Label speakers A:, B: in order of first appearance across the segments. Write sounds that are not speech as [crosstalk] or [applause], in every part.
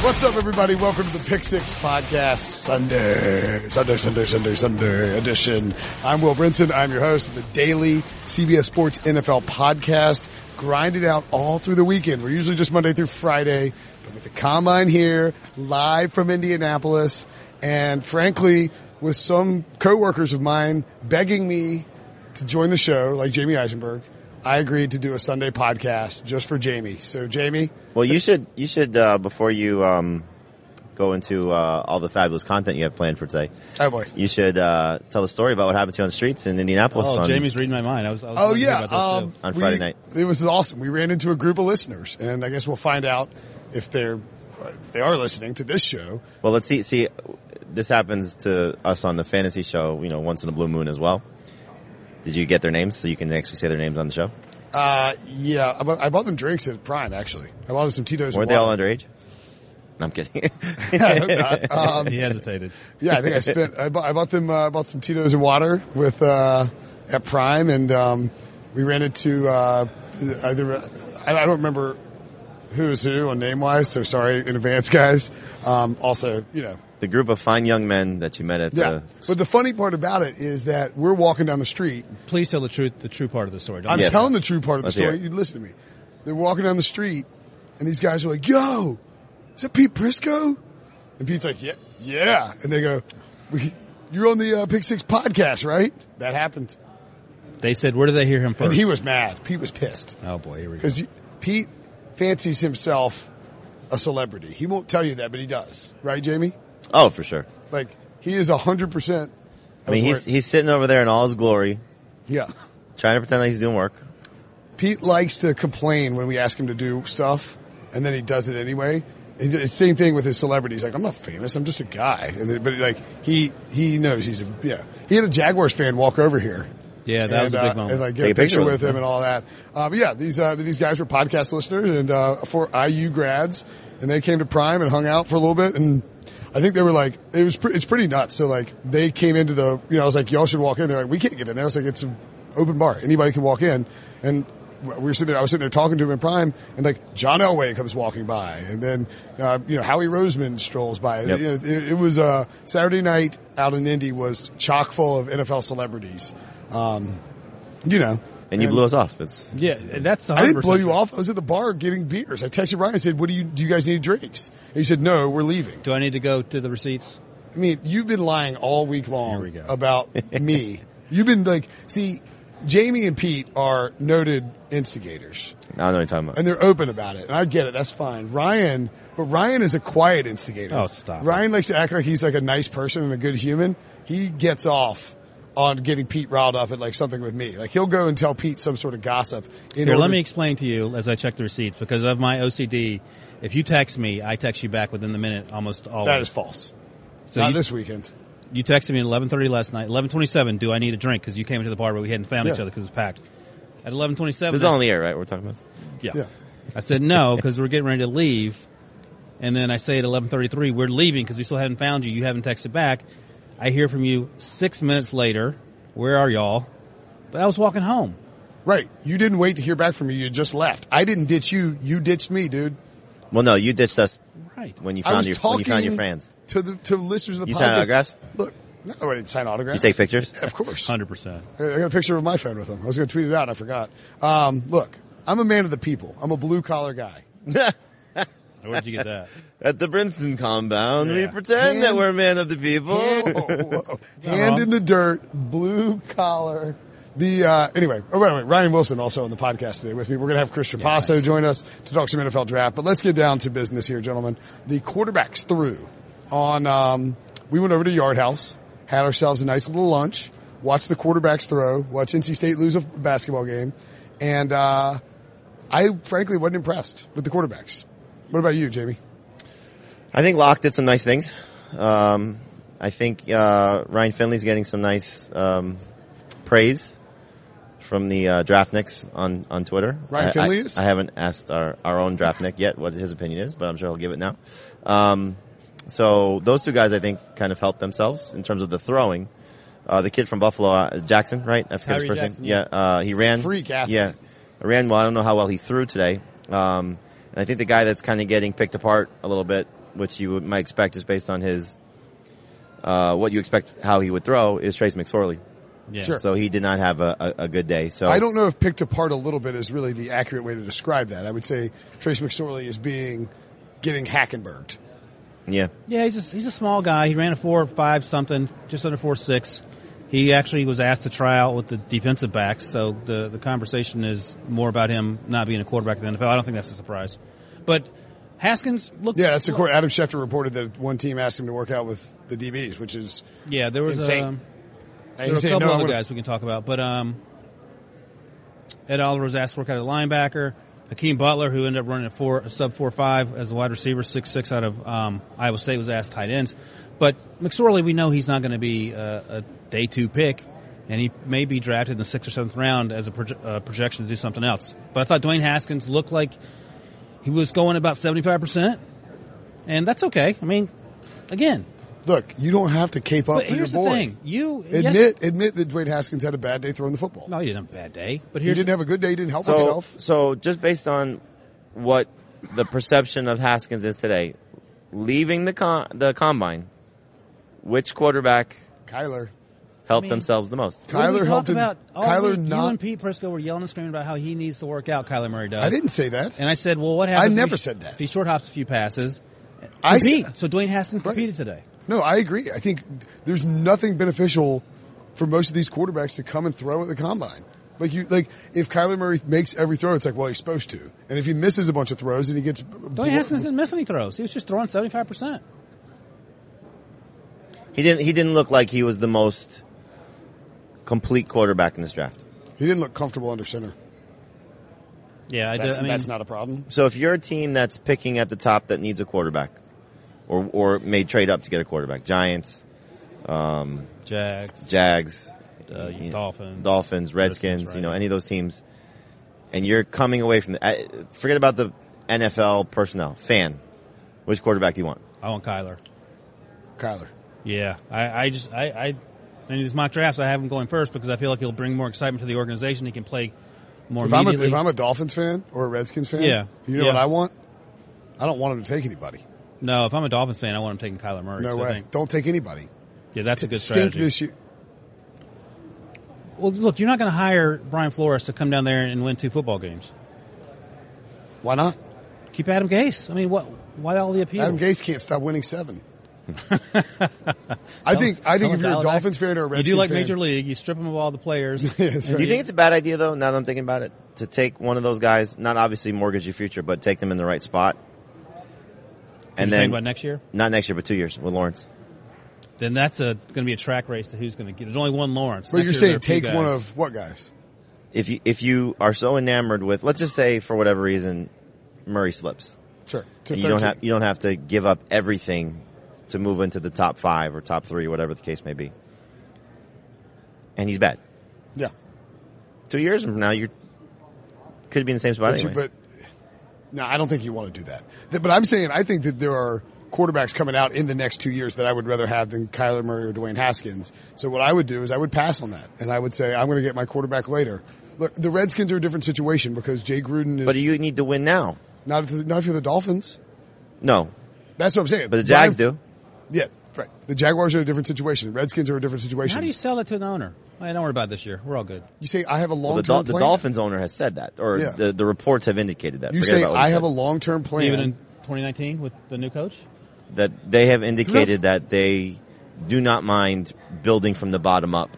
A: What's up, everybody? Welcome to the Pick Six Podcast Sunday, Sunday, Sunday, Sunday, Sunday edition. I'm Will Brinson. I'm your host of the daily CBS Sports NFL podcast. Grinded out all through the weekend. We're usually just Monday through Friday, but with the combine here, live from Indianapolis, and frankly, with some coworkers of mine begging me to join the show, like Jamie Eisenberg, I agreed to do a Sunday podcast just for Jamie. So, Jamie,
B: Well, you should you should uh, before you um, go into uh, all the fabulous content you have planned for today.
A: oh boy.
B: You should uh, tell the story about what happened to you on the streets in Indianapolis.
C: Oh,
B: on,
C: Jamie's reading my mind. I was. I was
A: Oh
C: thinking
A: yeah,
C: about this,
A: um,
C: too.
B: On
A: we-
B: Friday night.
A: It was awesome. We ran into a group of listeners, and I guess we'll find out if they're if they are listening to this show.
B: Well, let's see. See, this happens to us on the fantasy show. You know, once in a blue moon as well. Did you get their names so you can actually say their names on the show?
A: Uh, yeah, I bought, I bought them drinks at Prime. Actually, I bought them some Tito's. and
B: Weren't they all
A: water.
B: underage? No, I'm kidding. [laughs]
A: [laughs] I hope not. Um,
C: he hesitated.
A: yeah, I think I spent. I bought, I bought them. Uh, I bought some Tito's and water with uh, at Prime, and um, we ran into uh, either I I don't remember who's who on name wise. So sorry in advance, guys. Um, also, you know,
B: the group of fine young men that you met at
A: Yeah.
B: the.
A: But the funny part about it is that we're walking down the street.
C: Please tell the truth, the true part of the story. Don't
A: I'm
B: Yes.
A: telling the true part of the
B: Let's hear
A: story.
B: it.
A: You listen to me. They're walking down the street and these guys are like, yo, is that Pete Prisco? And Pete's like, yeah, yeah. And they go, "We- you're on the uh, Pick Six podcast, right? That happened.
C: They said, where did they hear him first?
A: And he was mad. Pete was pissed
C: oh boy, here we go.
A: because Pete fancies himself a celebrity. He won't tell you that, but he does. Right, Jamie?
B: Oh, for sure.
A: Like he is hundred percent.
B: I mean, he's he's sitting over there in all his glory,
A: yeah.
B: trying to pretend like he's doing work.
A: Pete likes to complain when we ask him to do stuff, and then he does it anyway. He did- Same thing with his celebrities. Like, I'm not famous. I'm just a guy. And then, but like, he he knows he's a yeah. He had a Jaguars fan walk over here.
C: Yeah, that
A: and,
C: was a big
A: uh,
C: moment.
A: And like, get
B: Take
A: a picture with him
B: them.
A: and all that. Uh, but yeah, these uh, these guys were podcast listeners and uh, for IU grads, and they came to Prime and hung out for a little bit. And I think they were like, it was pre- it's pretty nuts. So like, they came into the, you know, I was like, y'all should walk in. They're like, we can't get in there. I was like, it's an open bar. Anybody can walk in. And we were sitting there, I was sitting there talking to him in Prime, and like John Elway comes walking by, and then uh, you know Howie Roseman strolls by.
B: Yep.
A: You know, it, it was uh, Saturday night out in Indy was chock full of NFL celebrities. Um, you know.
B: And you blew us off. It's
C: yeah, that's the.
A: I didn't blow
C: 100%
A: you
C: true.
A: off. I was at the bar getting beers. I texted Ryan and said, "What do you do? You guys need drinks?" And he said, "No, we're leaving."
C: Do I need to go to the receipts?
A: I mean, you've been lying all week long
C: Here we go.
A: about
C: [laughs]
A: me. You've been like, see, Jamie and Pete are noted instigators,
B: I don't know what you're talking about.
A: and they're open about it, and I get it. That's fine. Ryan, but Ryan is a quiet instigator.
C: Oh, stop it.
A: Ryan likes to act like he's like a nice person and a good human. He gets off. On getting Pete riled up at like something with me, like he'll go and tell Pete some sort of gossip. In
C: Here, let
A: order-
C: me explain to you as I check the receipts because of my OCD. If you text me, I text you back within the minute almost always.
A: That is false.
C: so
A: Not
C: you,
A: this weekend.
C: you texted me at 11:30 last night. 11:27. Do I need a drink? Because you came into the bar, but we hadn't found each
A: Yeah.
C: other because it was packed. At 11:27.
B: This is on the air, right? We're talking about.
C: Yeah.
A: Yeah.
C: I said no because we're getting ready to leave, and then I say at eleven thirty three we're leaving because we still haven't found you. You haven't texted back. I hear from you six minutes later. Where are y'all? But I was walking home.
A: Right. You didn't wait to hear back from me. You just left. I didn't ditch you. You ditched me, dude.
B: Well, no, you ditched us
C: Right.
B: when you
A: I
B: found
A: was
B: your
A: talking
B: when you found your fans.
A: to the to listeners of the
B: You
A: podcast.
B: signed autographs?
A: Look, no, I didn't sign autographs.
B: You take [laughs] pictures.
A: Of course.
C: hundred percent.
A: I got a picture of my phone with him. I was going to tweet it out. And I forgot. Um, look, I'm a man of the people. I'm a blue collar guy.
C: Where'd you
A: [laughs]
C: get that?
B: At the Princeton compound, we
C: Yeah.
B: pretend that
A: And-
B: we're men of the people.
A: Hand, whoa, whoa. [laughs] Hand in the dirt, blue collar. The uh, anyway, oh, by the way, Ryan Wilson also on the podcast today with me. We're going to have Chris Trapasso join us to talk some NFL draft. But let's get down to business here, gentlemen. The quarterbacks through on. Um, we went over to Yard House, had ourselves a nice little lunch, watched the quarterbacks throw, watched NC State lose a basketball game, and uh, I frankly wasn't impressed with the quarterbacks. What about you, Jamie?
B: I think Locke did some nice things. Um, I think uh, Ryan Finley's getting some nice um, praise from the uh, draftniks on on Twitter.
A: Ryan
B: I-
A: Finley
B: I,
A: is?
B: I haven't asked our our own draftnik yet what his opinion is, but I'm sure he'll give it now. Um, so those two guys, I think, kind of helped themselves in terms of the throwing. Uh, the kid from Buffalo, uh, Jackson, right? I forget
C: Tyree
B: his first
C: Jackson,
B: name. Yeah, uh, he ran.
A: Freak athlete.
B: Yeah, ran well. I don't know how well he threw today. Um, and I think the guy that's kind of getting picked apart a little bit which you would- might expect is based on his, uh, what you expect how he would throw is Trace McSorley.
C: Yeah.
A: Sure.
B: So he did not have a, a, a good day. So
A: I don't know if picked apart a little bit is really the accurate way to describe that. I would say Trace McSorley is being getting Hackenberged.
B: Yeah.
C: Yeah, he's a, he's a small guy. He ran a four five something, just under four six. He actually was asked to try out with the defensive backs, so the the conversation is more about him not being a quarterback in the NFL. I don't think that's a surprise, but Haskins looked.
A: Yeah, that's of course. Adam Schefter reported that one team asked him to work out with the DBs, which is
C: Yeah, there was
A: Insane.
C: um,
A: and
C: there
A: he
C: were a
A: said,
C: couple
A: "No, I
C: other
A: wanna-
C: guys we can talk about, but um, Ed Oliver was asked to work out a linebacker. Hakeem Butler, who ended up running a four a sub four five as a wide receiver, six six out of um, Iowa State, was asked tight ends. But McSorley, we know he's not going to be a, a day two pick, and he may be drafted in the sixth or seventh round as a proje- uh, projection to do something else. But I thought Dwayne Haskins looked like he was going about seventy five percent, and that's okay. I mean, again,
A: Look, you don't have to cape up
C: but
A: for your
C: here's the
A: boy.
C: thing: you
A: Admit,
C: yes-
A: admit that Dwayne Haskins had a bad day throwing the football.
C: No, he didn't have a bad day. But
A: He
C: here's
A: didn't have a good day. He didn't help
B: So,
A: himself.
B: so just based on what the perception of Haskins is today, leaving the com- the combine, which quarterback
A: Kyler.
B: helped
C: mean-
B: themselves the most?
C: what did we
A: Kyler
C: talk
A: helped him-
C: About all
A: Kyler
C: week, you
A: not-
C: and Pete Prisco were yelling and screaming about how he needs to work out. Kyler Murray does.
A: I didn't say that.
C: And I said, well, what happens? if
A: never
C: he-
A: said that.
C: If he short hops a few passes,
A: I s-
C: compete. so Dwayne Haskins
A: Right.
C: competed today.
A: No, I agree. I think there's nothing beneficial for most of these quarterbacks to come and throw at the combine. Like you, like if Kyler Murray makes every throw, it's like, well, he's supposed to. And if he misses a bunch of throws and he gets,
C: Dwayne Haskins didn't miss any throws. He was just throwing seventy five percent.
B: He didn't. He didn't look like he was the most complete quarterback in this draft.
A: he didn't look comfortable under center.
C: Yeah, I
A: That's,
C: did. I mean,
A: that's not a problem.
B: So if you're a team that's picking at the top that needs a quarterback, or or may trade up to get a quarterback, Giants,
C: Jags,
B: Jags,
C: uh,
B: you-
C: Dolphins,
B: Dolphins, Redskins,
C: Redskins,
B: you know,
C: right.
B: any of those teams, and you're coming away from the, I- forget about the NFL personnel, fan. Which quarterback do you want?
C: I want Kyler.
A: Kyler.
C: Yeah, I, I just I, I in these mock drafts I have him going first because I feel like he'll bring more excitement to the organization. He can play more.
A: If I'm a,
C: immediately.
A: if I'm a Dolphins fan or a Redskins fan,
C: Yeah.
A: you know
C: Yeah.
A: what I want? I don't want him to take anybody.
C: No, if I'm a Dolphins fan, I want him taking Kyler Murray.
A: No
C: 'cause I
A: way.
C: think-
A: Don't take anybody.
C: yeah, that's a good
A: Stink
C: strategy.
A: this year.
C: well, look, you're not going to hire Brian Flores to come down there and win two football games.
A: Why not?
C: Keep Adam Gase. I mean, what? Why all the appeal?
A: Adam Gase can't stop winning
C: [laughs]
A: seven. I think I think
C: Tell
A: if
C: us
A: you're a
C: Alabama-
A: Dolphins fan or a
C: you
A: Redskins
C: do like
A: fan,
C: Major League, you strip him of all the players.
A: [laughs] Yeah, that's
B: Do
A: right.
B: you think it's a bad idea though, now that I'm thinking about it, to take one of those guys, not obviously mortgage your future, but take them in the right spot? And
C: You're
B: then,
C: thinking about next year,
B: not next year, but two years with Lawrence.
C: then that's a going to be a track race to who's going to get. There's only one Lawrence.
A: But
C: Next
A: you're saying
C: year, there are a few
A: take
C: guys.
A: one of what guys?
B: If you, if you are so enamored with, let's just say for whatever reason, Murray slips.
A: Sure. To
B: you don't
A: 13.
B: have you don't have to give up everything to move into the top five or top three, whatever the case may be. And he's bad.
A: yeah.
B: Two years from now, you could be in the same spot.
A: But, you,
B: anyway.
A: but no, I don't think you want to do that. Th- But I'm saying I think that there are quarterbacks coming out in the next two years that I would rather have than Kyler Murray or Dwayne Haskins. So what I would do is I would pass on that and I would say I'm going to get my quarterback later. Look, the Redskins are a different situation because Jay Gruden is
B: But you need to win now.
A: not if, not if you're the Dolphins.
B: No,
A: That's what I'm saying.
B: but the Jags
A: Brian-
B: do.
A: Yeah, right. The Jaguars are in a different situation. Redskins are in a different situation.
C: How do you sell that to an owner? Hey, don't worry about it this year. We're all good.
A: You say I have a long
B: The,
A: term
B: Dol-
A: plan.
B: the Dolphins owner has said that, or
A: Yeah.
B: the, the reports have indicated that.
A: You
B: Forget
A: say
B: about what he
A: I have
B: said.
A: a long term plan.
C: Even in 2019 with the new coach.
B: that they have indicated that they do not mind building from the bottom up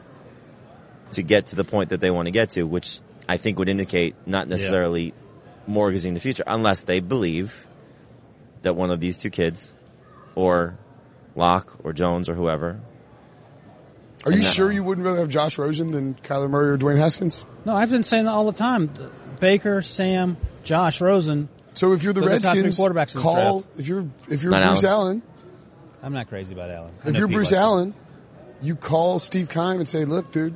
B: to get to the point that they want to get to, which I think would indicate not necessarily mortgaging the future unless they believe that one of these two kids or Locke or Jones or whoever.
A: are you
B: No.
A: sure you wouldn't rather have Josh Rosen than Kyler Murray or Dwayne Haskins?
C: No, I've been saying that all the time. Baker, Sam, Josh Rosen.
A: So if you're the
C: Those are the top three
A: Redskins,
C: quarterbacks in this
A: call if you're if you're
B: Not
A: Bruce Allen,
B: Allen.
C: I'm not crazy about Allen. I
A: if
C: know
A: you're
C: Pete
A: Bruce
C: likes him.
A: Allen, you call Steve Kime and say, "Look, dude,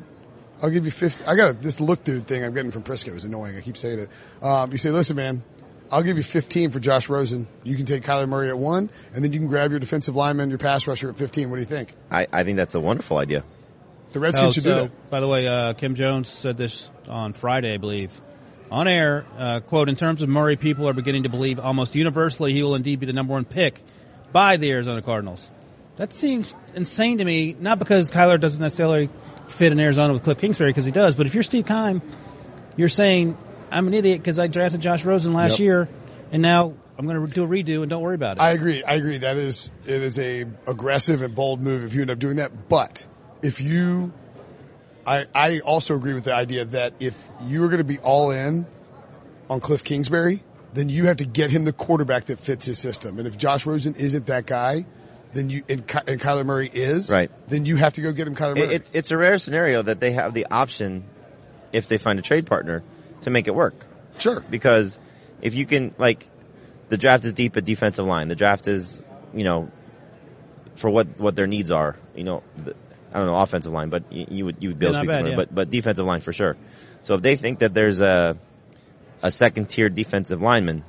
A: I'll give you 50 I got this look, dude thing I'm getting from Prisco is annoying. I keep saying it. Um, you say, "Listen, man." I'll give you 15 for Josh Rosen. You can take Kyler Murray at one, and then you can grab your defensive lineman, your pass rusher at 15. What do you think?
B: I, I think that's a wonderful idea.
A: The
C: Oh,
A: Redskins should do
C: so,
A: that.
C: by the way, uh, Kim Jones said this on Friday, I believe, on air. Uh, quote: In terms of Murray, people are beginning to believe almost universally he will indeed be the number one pick. by the Arizona Cardinals. That seems insane to me, not because Kyler doesn't necessarily fit in Arizona with Cliff Kingsbury, because he does, but if you're Steve Kime, you're saying, I'm an idiot because I drafted Josh Rosen last
A: Yep.
C: year, and now I'm going to do a redo and don't worry about it.
A: I agree. I agree. That is, it is a aggressive and bold move if you end up doing that. But if you, I, I also agree with the idea that if you are going to be all in on Cliff Kingsbury, then you have to get him the quarterback that fits his system. And if Josh Rosen isn't that guy, then you, and, Ky- and Kyler Murray is,
B: Right.
A: then you have to go get him Kyler
B: It,
A: Murray.
B: it's it's a rare scenario that they have the option, if they find a trade partner, to make it work.
A: sure.
B: Because if you can, like, the draft is deep at defensive line. The draft is, you know, for what, what their needs are. You know, the, I don't know offensive line, but you, you would you would be able
C: Yeah,
B: to
C: not
B: speak
C: bad,
B: to it,
C: yeah.
B: but but defensive line for sure. So if they think that there's a a second tier defensive lineman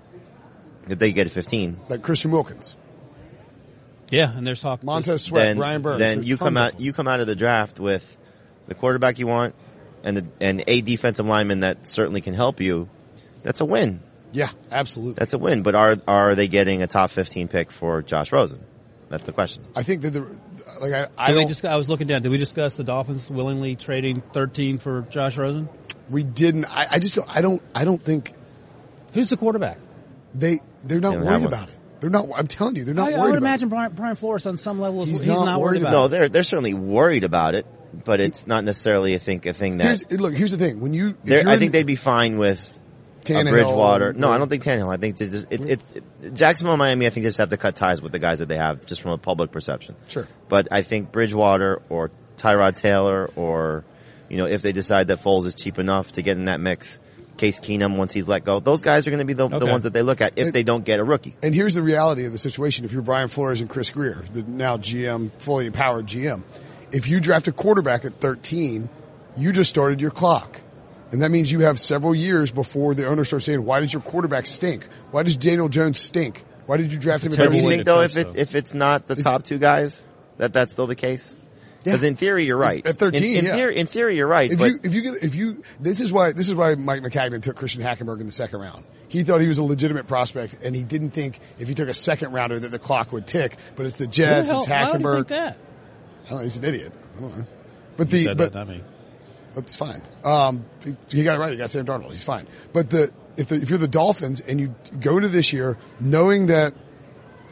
B: that they get at 15,
A: Like Christian Wilkins,
C: yeah, and there's talk.
A: Montez Sweat,
B: then
A: Brian Burns.
B: then
A: There's
B: you come
A: tons of
B: out
A: them.
B: you come out of the draft with the quarterback you want and the, and a defensive lineman that certainly can help you. That's a win.
A: yeah, absolutely.
B: That's a win. But are are they getting a top 15 pick for Josh Rosen? That's the question.
A: I think that the, like I, I
C: Did we
A: don't-
C: discuss, I was looking down. Did we discuss the Dolphins willingly trading 13 for Josh Rosen?
A: we didn't, I, I just, don't- I don't, I don't think
C: Who's the quarterback?
A: they they're
B: They
A: not
B: don't have
A: worried
B: one.
A: about it. They're not. I'm telling you, they're not
C: I, I
A: worried. about
C: would imagine Brian, Brian Flores on some level is
A: He's
C: he's,
A: not
C: not,
A: worried
C: worried about.
B: No,
C: it.
B: they're they're certainly worried about it, but it's not necessarily I think a thing
A: It.
B: that
A: Here's, look, here's the thing. When you, if
B: they're-
A: you're
B: I think
A: in
B: they'd be fine with
A: Tannehill,
B: a Bridgewater. No, I don't think Tannehill. I think it's just- it's, it's Jacksonville, and Miami. I think they just have to cut ties with the guys that they have, just from a public perception.
A: Sure.
B: but I think Bridgewater or Tyrod Taylor, or you know, if they decide that Foles is cheap enough to get in that mix, Case Keenum once he's let go, those guys are going to be the, the
C: Okay.
B: ones that they look at if they don't get a rookie.
A: And here's the reality of the situation. If you're Brian Flores and Chris Greer, the now GM, fully empowered GM, if you draft a quarterback at 13, you just started your clock. And that means you have several years before the owner starts saying, why does your quarterback stink? Why does Daniel Jones stink? Why did you draft him at
B: But do you
A: 13?
C: way
B: think
C: to
B: though
C: coach,
B: if it's
C: though.
B: if it's not the top two guys that that's still the case? Because in theory you're right.
A: At 13,
B: in, in
A: yeah.
B: theory, in theory you're right.
A: If
B: but
A: you if you get if you this is why this is why Mike McCagnon took Christian Hackenberg in the second round. He thought he was a legitimate prospect, and he didn't think if he took a second rounder that the clock would tick. But it's the
C: Who the
A: Jets,
C: hell-
A: it's
C: why would he
A: Hackenberg.
C: think that?
A: I don't know, he's an idiot. I don't know. But the
C: Said
A: but
C: that, not me.
A: it's fine. Um, he, he got it right. He got Sam Darnold. He's fine. But the if the if you're the Dolphins and you go into this year knowing that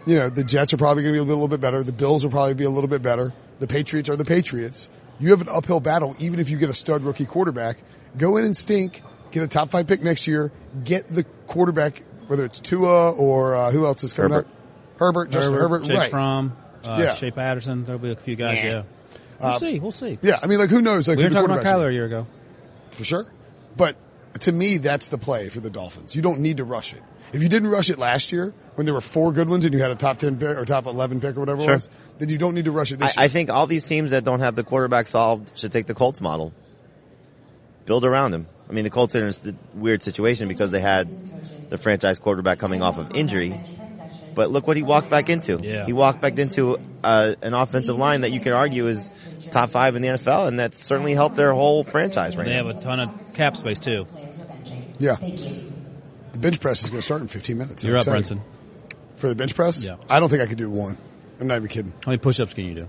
A: you know the Jets are probably going to be a little bit better, the Bills will probably be a little bit better, the Patriots are the Patriots. You have an uphill battle, even if you get a stud rookie quarterback. Go in and stink, get a top five pick next year, get the quarterback, whether it's Tua or uh, who else is coming
B: Herbert.
A: up, Herbert, Justin Herbert,
C: Jake
A: right?
C: Fromm, uh,
A: Yeah. Uh,
C: Shea Patterson. There'll be a few guys. Yeah, we'll see. We'll see.
A: Yeah, I mean, like who knows? Like
C: we
A: who
C: were
A: the
C: talking about
A: quarterbacks are.
C: Kyler a year ago.
A: for sure. But to me, that's the play for the Dolphins. You don't need to rush it. If you didn't rush it last year when there were four good ones and you had a top 10 pick or top 11 pick or whatever
B: Sure.
A: it was, then you don't need to rush it
B: I,
A: this
B: I
A: year.
B: think all these teams that don't have the quarterback solved should take the Colts model. Build around him. I mean, the Colts are in a s- weird situation because they had the franchise quarterback coming off of injury, but look what he walked back into.
C: Yeah.
B: He walked back into uh, an offensive line that you could argue is top five in the NFL, and that certainly helped their whole franchise right
C: They
B: now.
C: have a ton of cap space too.
A: yeah. The bench press is going to start in 15 minutes. I'm
C: You're up,
A: excited.
C: Brunson.
A: For the bench press?
C: Yeah.
A: I don't think I could do one. I'm not even kidding.
C: How many push-ups can you do?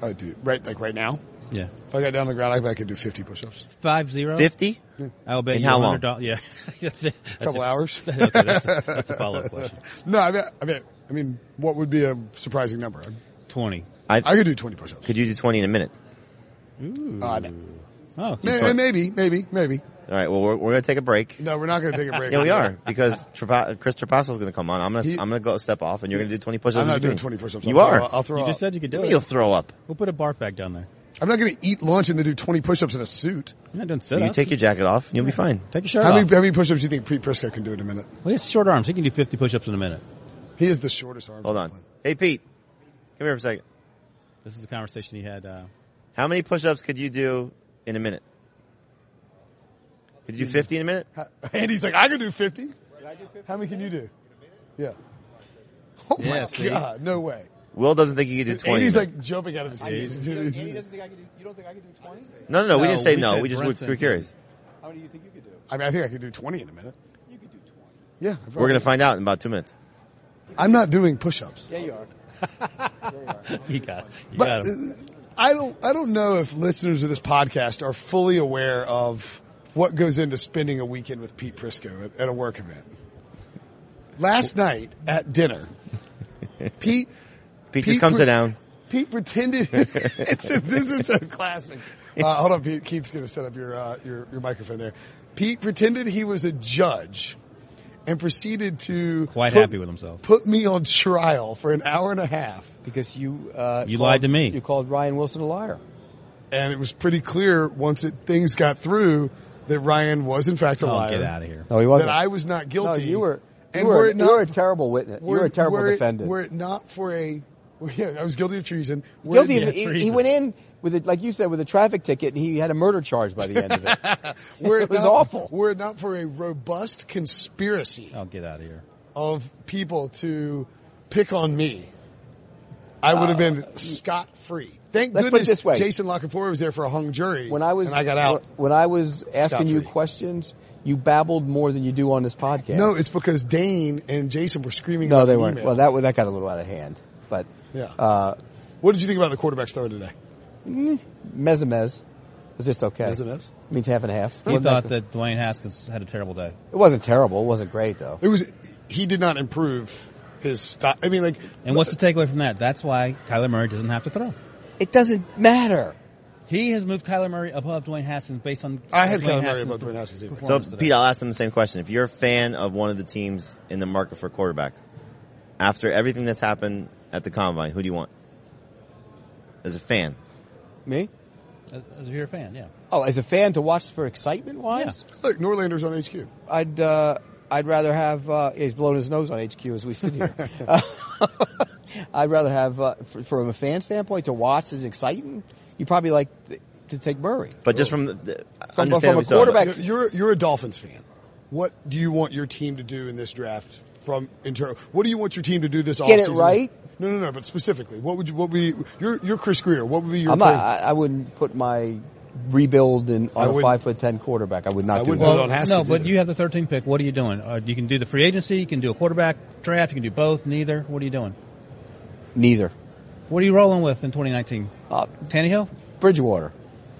A: I would do right, like right now.
C: Yeah,
A: If I got down on the ground, I bet I could do 50 push-ups.
C: five zero.
B: Fifty.
C: I'll bet
B: In
C: you
B: how long?
C: $100 Yeah, [laughs] that's it. That's
A: A couple
B: [laughs]
C: it.
A: hours.
C: [laughs] okay, that's a, that's a follow-up question.
A: no, I mean, I mean, I mean, what would be a surprising number?
C: Twenty.
A: I
B: I
A: could do 20 push-ups.
B: could you do twenty in a minute?
A: Uh, no.
C: Oh,
A: May-
B: fine.
A: maybe, maybe, maybe.
B: All right. Well, we're, we're gonna take a break.
A: No, we're not going to take a break.
B: [laughs] Yeah, we are because Trepa- Chris Trapasso is going to come on. I'm going to
A: He-
B: I'm going to go step off, and you're going to do 20 push-ups.
A: I'm not
B: in
A: doing
B: between.
A: 20 push-ups.
B: You
A: I'll
B: are.
A: Throw, I'll throw
C: you
A: out.
C: just said you could do
B: You'll
C: it.
B: throw up.
C: We'll put a barf back down there.
A: I'm not going to eat lunch and then do 20 push-ups in a suit.
C: You're not doing
B: You
C: sit-ups.
B: take your jacket off, and you'll be fine.
C: Take your shirt
A: How
C: off.
A: many, how many push-ups do you think Pete Prisco can do in a minute?
C: well, he has short arms. He can do 50 push-ups in a minute.
A: He is the shortest arm.
B: Hold on. Hey, Pete, come here for a second.
C: This is the conversation he had. Uh, [laughs]
B: How many push-ups could you do in a minute? Could you do 50 in a minute?
A: And he's like, I can do 50. How many can you do? Yeah. Oh my
C: Yeah, see?
A: God, no way.
B: Will doesn't think you could do 20.
A: And he's
B: in a minute.
A: like jumping out of his
D: And he
A: seat. [laughs]
D: doesn't think I can do. You don't think I can do twenty?
B: no, no, no, we
C: No,
B: didn't say
C: we
B: no.
C: said
B: We just
C: Brunson.
B: were, were curious.
D: How many do you think you could do?
A: I mean, I think I could do 20 in a minute.
D: You could do twenty.
A: Yeah. I've
B: We're going
A: already-
B: to find out in about two minutes.
A: I'm not doing push-ups.
D: Yeah, you are.
C: You got, you
A: But
C: got
A: uh,
C: him.
A: I don't I don't know if listeners of this podcast are fully aware of what goes into spending a weekend with Pete Prisco at, at a work event. Last night at
C: [laughs]
A: dinner, Pete
B: Pete, just come
A: pre-
B: sit down.
A: Pete pretended. [laughs] it's this is so classic. Uh, hold on, Pete. Keith's going to set up your, uh, your your microphone there. Pete pretended he was a judge and proceeded to
C: Quite happy with himself.
A: Put me on trial for an hour and a half,
D: Because you uh,
C: You lied to me.
D: You called Ryan Wilson a liar.
A: and it was pretty clear once it, things got through that Ryan was in fact a
C: Oh,
A: liar.
C: get out of here.
D: No, he
A: That
D: wasn't.
A: I was not guilty.
D: No, you were.
A: And
D: you, were,
A: were it not-
D: you were a terrible witness. you were a terrible
A: it-
D: defendant.
A: Were it not for a, [laughs] were- yeah, I was guilty of treason. Were
D: Guilty.
A: it-
D: of- he, he
C: treason.
D: went in with it, like you said, with a traffic ticket, and he had a murder charge by the end of it.
A: Were
D: [laughs] It was
A: not-
D: awful.
A: Were it not for a robust conspiracy
C: Oh, get out of here.
A: of people to pick on me, I would have been scot free. Thank
D: Uh, Let's put it
A: goodness
D: this way.
A: Jason Lockenfora was there for a hung jury.
D: When I was
A: and I got out.
D: When I was asking you
A: Scot-free.
D: questions, you babbled more than you do on this podcast.
A: no, it's because Dane and Jason were screaming.
D: no,
A: about
D: they
A: an
D: weren't.
A: email.
D: Well, that was- that got a little out of hand, but
A: Yeah.
D: uh,
A: what did you think about the quarterback's throw today?
D: Mezamez was just okay.
A: Mezamez?
D: means half and half.
C: He
D: Wasn't
C: thought
D: good.
C: that Dwayne Haskins had a terrible day.
D: it wasn't terrible. It wasn't great though.
A: It was. He did not improve his style. I mean, like,
C: And what's the takeaway from that? That's why Kyler Murray doesn't have to throw.
D: It doesn't matter.
C: He has moved Kyler Murray above Dwayne Haskins based on.
A: I had
C: Dwayne
A: Kyler Murray
C: Haskins'
A: above Dwayne Haskins, even.
B: So,
C: performance today.
B: Pete, I'll ask them the same question. If you're a fan of one of the teams in the market for quarterback, after everything that's happened at the combine, who do you want? As a fan,
D: Me?
C: As- as if you're a fan, yeah.
D: Oh, as a fan to watch for excitement wise,
A: look, Norlander's on HQ.
D: I'd uh, I'd rather have uh, he's blowing his nose on HQ as we sit here. [laughs] I'd rather have uh, fr- from a fan standpoint to watch is exciting. You probably like th- to take Murray.
B: but just from the, the
D: From-
B: understand
D: from a
B: we saw-
D: quarterback-
A: You're, you're you're a Dolphins fan. What do you want your team to do in this draft? From internal, what do you want your team to do this
D: Get it
A: offseason?
D: right?
A: No, no, no. But specifically, what would you? What would be? You're you're Chris Greer. What would be your?
D: I'm not,
A: plan?
D: I, I wouldn't put my rebuild in,
A: I
D: on a
A: wouldn't-
D: five foot ten quarterback. I would not
A: I
D: do
A: wouldn't
D: that.
A: put it on Haskins
C: no, but
A: either.
C: you have the 13th pick. What are you doing? Uh, you can do the free agency. You can do a quarterback draft. You can do both. Neither. What are you doing?
D: Neither.
C: What are you rolling with in 2019?
D: Uh,
C: Tannehill?
D: Bridgewater.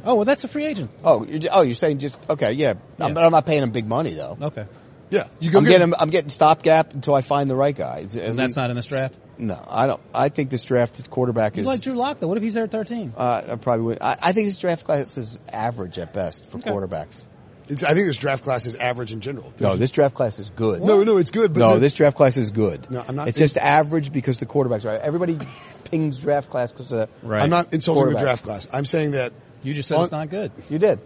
C: Oh, well, that's a free agent.
D: Oh, you're, oh, you're saying just okay? Yeah, I'm,
C: Yeah.
D: but I'm not paying him big money though.
C: Okay.
A: yeah, you go
D: I'm
A: get
D: getting I'm getting stopgap until I find the right guy.
C: And that's not in this draft.
D: No, I don't. I think this draft is quarterback
C: You
D: is.
C: like Drew Lock though. What if he's there at 13?
D: uh, I probably would. I, I think this draft class is average at best for
C: Okay.
D: quarterbacks.
A: It's, I think this draft class is average in general.
D: No, this draft class is good.
A: No, no, it's good. But
D: no,
A: the-
D: this draft class is good.
A: No, I'm not-
D: It's just average because the quarterbacks are.
A: [laughs]
D: Everybody pings draft class uh, because of the.
C: Right.
A: I'm not insulting the
D: Quarterbacks.
A: draft class. I'm saying that
C: You just said
A: on-
C: it's not good.
D: You did.